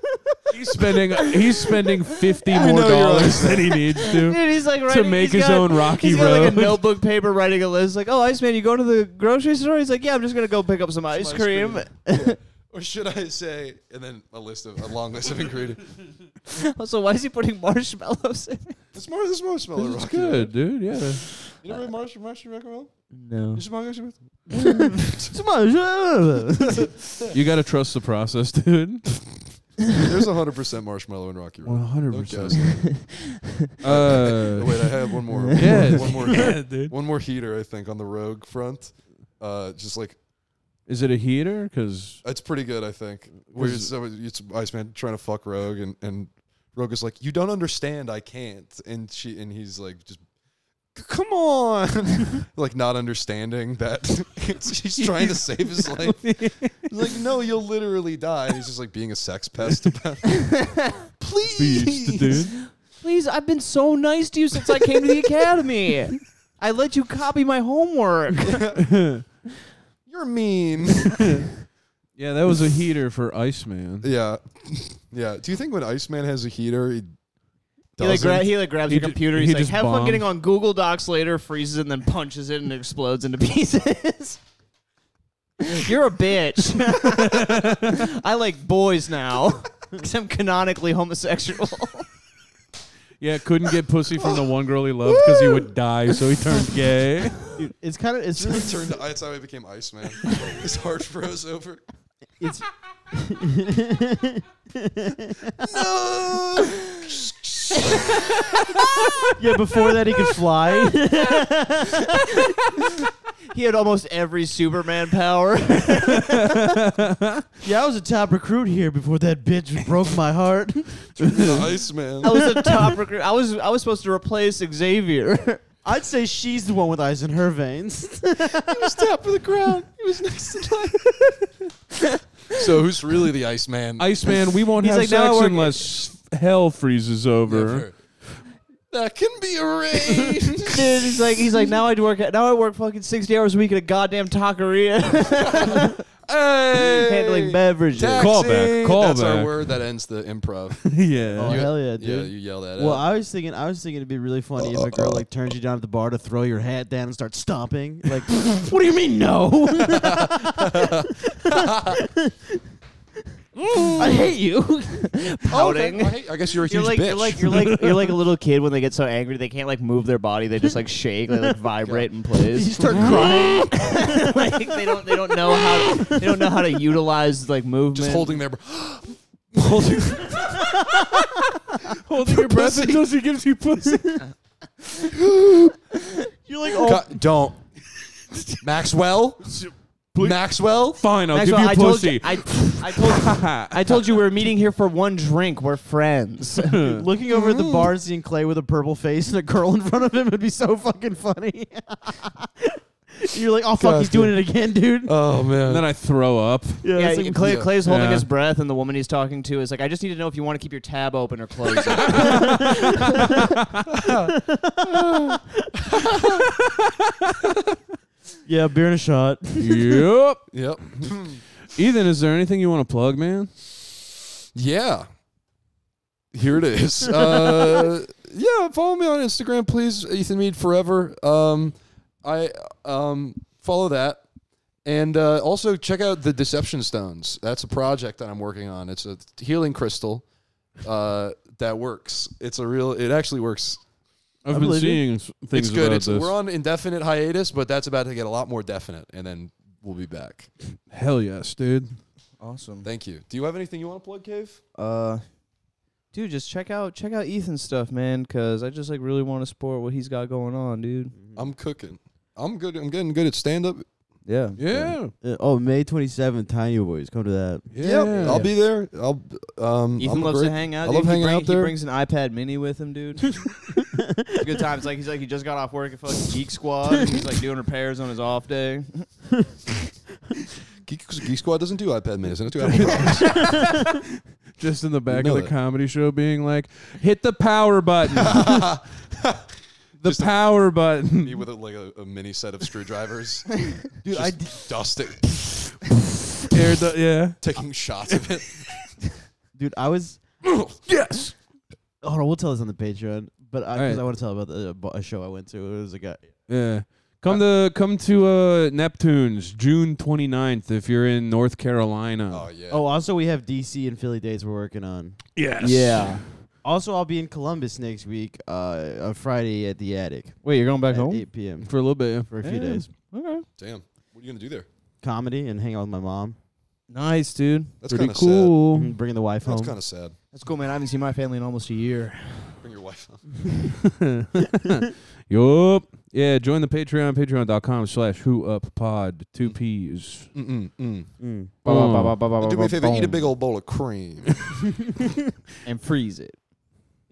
He's spending he's spending fifty more know you're dollars than he needs to. Dude, he's like To writing, make he's his got- own Rocky He's got like Road. a notebook paper writing a list. Like, oh, Iceman, you go to the grocery store? He's like, yeah, I'm just going to go pick up some ice, ice cream. cream. Or should I say? And then a list of a long list of ingredients. also, why is he putting marshmallows in it? It's more. This marshmallow. This is Rocky. good, dude. Yeah. You never had marsh- marshmallow rock? No. You should buy marshmallow. You gotta trust the process, dude. There's 100% marshmallow in Rocky Road. One hundred Okay, I was percent. Uh, Oh, wait, I have one more. One yeah, more, one more, yeah, dude. one more heater, I think, on the rogue front. Uh, just like Is it a heater? Because it's pretty good, I think. Where it's, so it's Iceman trying to fuck Rogue, and, and Rogue is like, "You don't understand. I can't." And she and he's like, "Just "C- come on," like not understanding that it's, he's trying to save his life. He's like, "No, you'll literally die." And he's just like being a sex pest about. Please, beast, dude. Please, I've been so nice to you since I came to the academy. I let you copy my homework. you're mean. Yeah, that was a heater for Iceman. Yeah, yeah. Do you think when Iceman has a heater, he He like, doesn't? gra- he like grabs He your ju- computer. he He's like, just "Have fun bombed. getting on Google Docs later." Freezes it and then punches it and it explodes into pieces. You're a bitch. I like boys now because I'm canonically homosexual. Yeah, couldn't get pussy from the one girl he loved because he would die, so he turned gay. Dude, it's kind of it's really He turned. That's how he became Iceman. His heart froze over. it's No. yeah. Before that, he could fly. he had almost every Superman power. yeah, I was a top recruit here before that bitch broke my heart. Iceman. I was a top recruit. I was I was supposed to replace Xavier. I'd say she's the one with ice in her veins. So who's really the Iceman? Iceman, we won't He's have like, "Now I sex work- unless hell freezes over. That can be arranged. Dude, he's like he's like now I work now I work fucking sixty hours a week at a goddamn taqueria hey. handling beverages. Taxi. Call back, call That's our back. word that ends the improv. Oh, yeah. You- hell yeah, dude. Yeah, you yell that Well, out. I was thinking, I was thinking it'd be really funny if a girl like turns you down at the bar to throw your hat down and start stomping. Like, what do you mean no? I hate you. Pouting. I, hate- I guess you're a You're huge like, bitch. you're like you're like you're like a little kid when they get so angry they can't like move their body they just like shake they like vibrate in place you start crying like they don't they don't know how to, they don't know how to utilize like movement just holding their. Holding, holding your breath until she gives you pussy. You're oh, like, God, don't. Maxwell. Maxwell. Fine, I'll Maxwell, give you I told pussy. I, I told I told you we were meeting here for one drink we're friends Looking over at Mm. the bar, seeing Clay with a purple face and a girl in front of him would be so fucking funny. You're like, oh fuck, he's doing it again, dude. Oh man. And then I throw up. Yeah, it's and like- Clay, yeah. Clay's holding Yeah. his breath, and the woman he's talking to is like, "I just need to know if you want to keep your tab open or closed." yeah, beer and a shot. yep. Yep. Ethan, is there anything you want to plug, man? Yeah. Here it is. Uh, yeah, follow me on Instagram, please. Ethan Mead forever. Um, I um, follow that. And uh, also check out the Deception Stones. That's a project that I'm working on. It's a healing crystal uh, that works. It's a real. It actually works. I've I been believe you. seeing s- things it's good. about It's, this. we're on indefinite hiatus, but that's about to get a lot more definite, and then we'll be back. Hell yes, dude. awesome, Thank you. Do you have anything you want to plug, Cave? uh, dude. Just check out check out Ethan's stuff, man, because I just like really want to support what he's got going on, dude. I'm cooking. I'm good. I'm getting good at stand up. Yeah, Yeah. Uh, oh, May 27th, Tiny Boys, come to that. Yep, Yeah. I'll be there. I'll. Um, Ethan I'm loves great- to hang out. I dude. love He hanging bring- out there. He brings an iPad Mini with him, dude. it's a good time. It's like he's like he just got off work at fucking Geek Squad. and he's like doing repairs on his off day. Geek, Geek Squad doesn't do iPad minis. They don't do Apple products. Just in the back know of the that. comedy show being like, hit the power button. the Just a- power button. Me with a, like a, a mini set of screwdrivers, Dude, Just I did, dust it, Air du- yeah. taking shots of it. dude, I was. Yes. Hold on, we'll tell this on the Patreon, but I, Alright. cause I want to tell about the, uh, bo- a show I went to. It was a guy. Yeah. Come to come to uh, Neptune's June 29th if you're in North Carolina. Oh yeah. Oh, also we have DC and Philly dates we're working on. yes. Also, I'll be in Columbus next week, uh, on Friday at the Attic Wait, you're going back at home? 8 p.m. For a little bit. for a few Yeah. days. Okay. Damn. What are you gonna do there? Comedy and hang out with my mom. Nice, dude. That's Pretty kinda cool. Mhm, Bringing the wife Sad. That's home. kind of sad. That's cool, man. I haven't seen my family in almost a year. Bring your wife. Home. Mm-hmm. Yup. Yeah, join the Patreon, patreon.com slash who up pod. Two Mm-hmm. P's. Mm-mm, mm. Mm. Boom. Do me a favor. Eat a big old bowl of cream. and freeze it.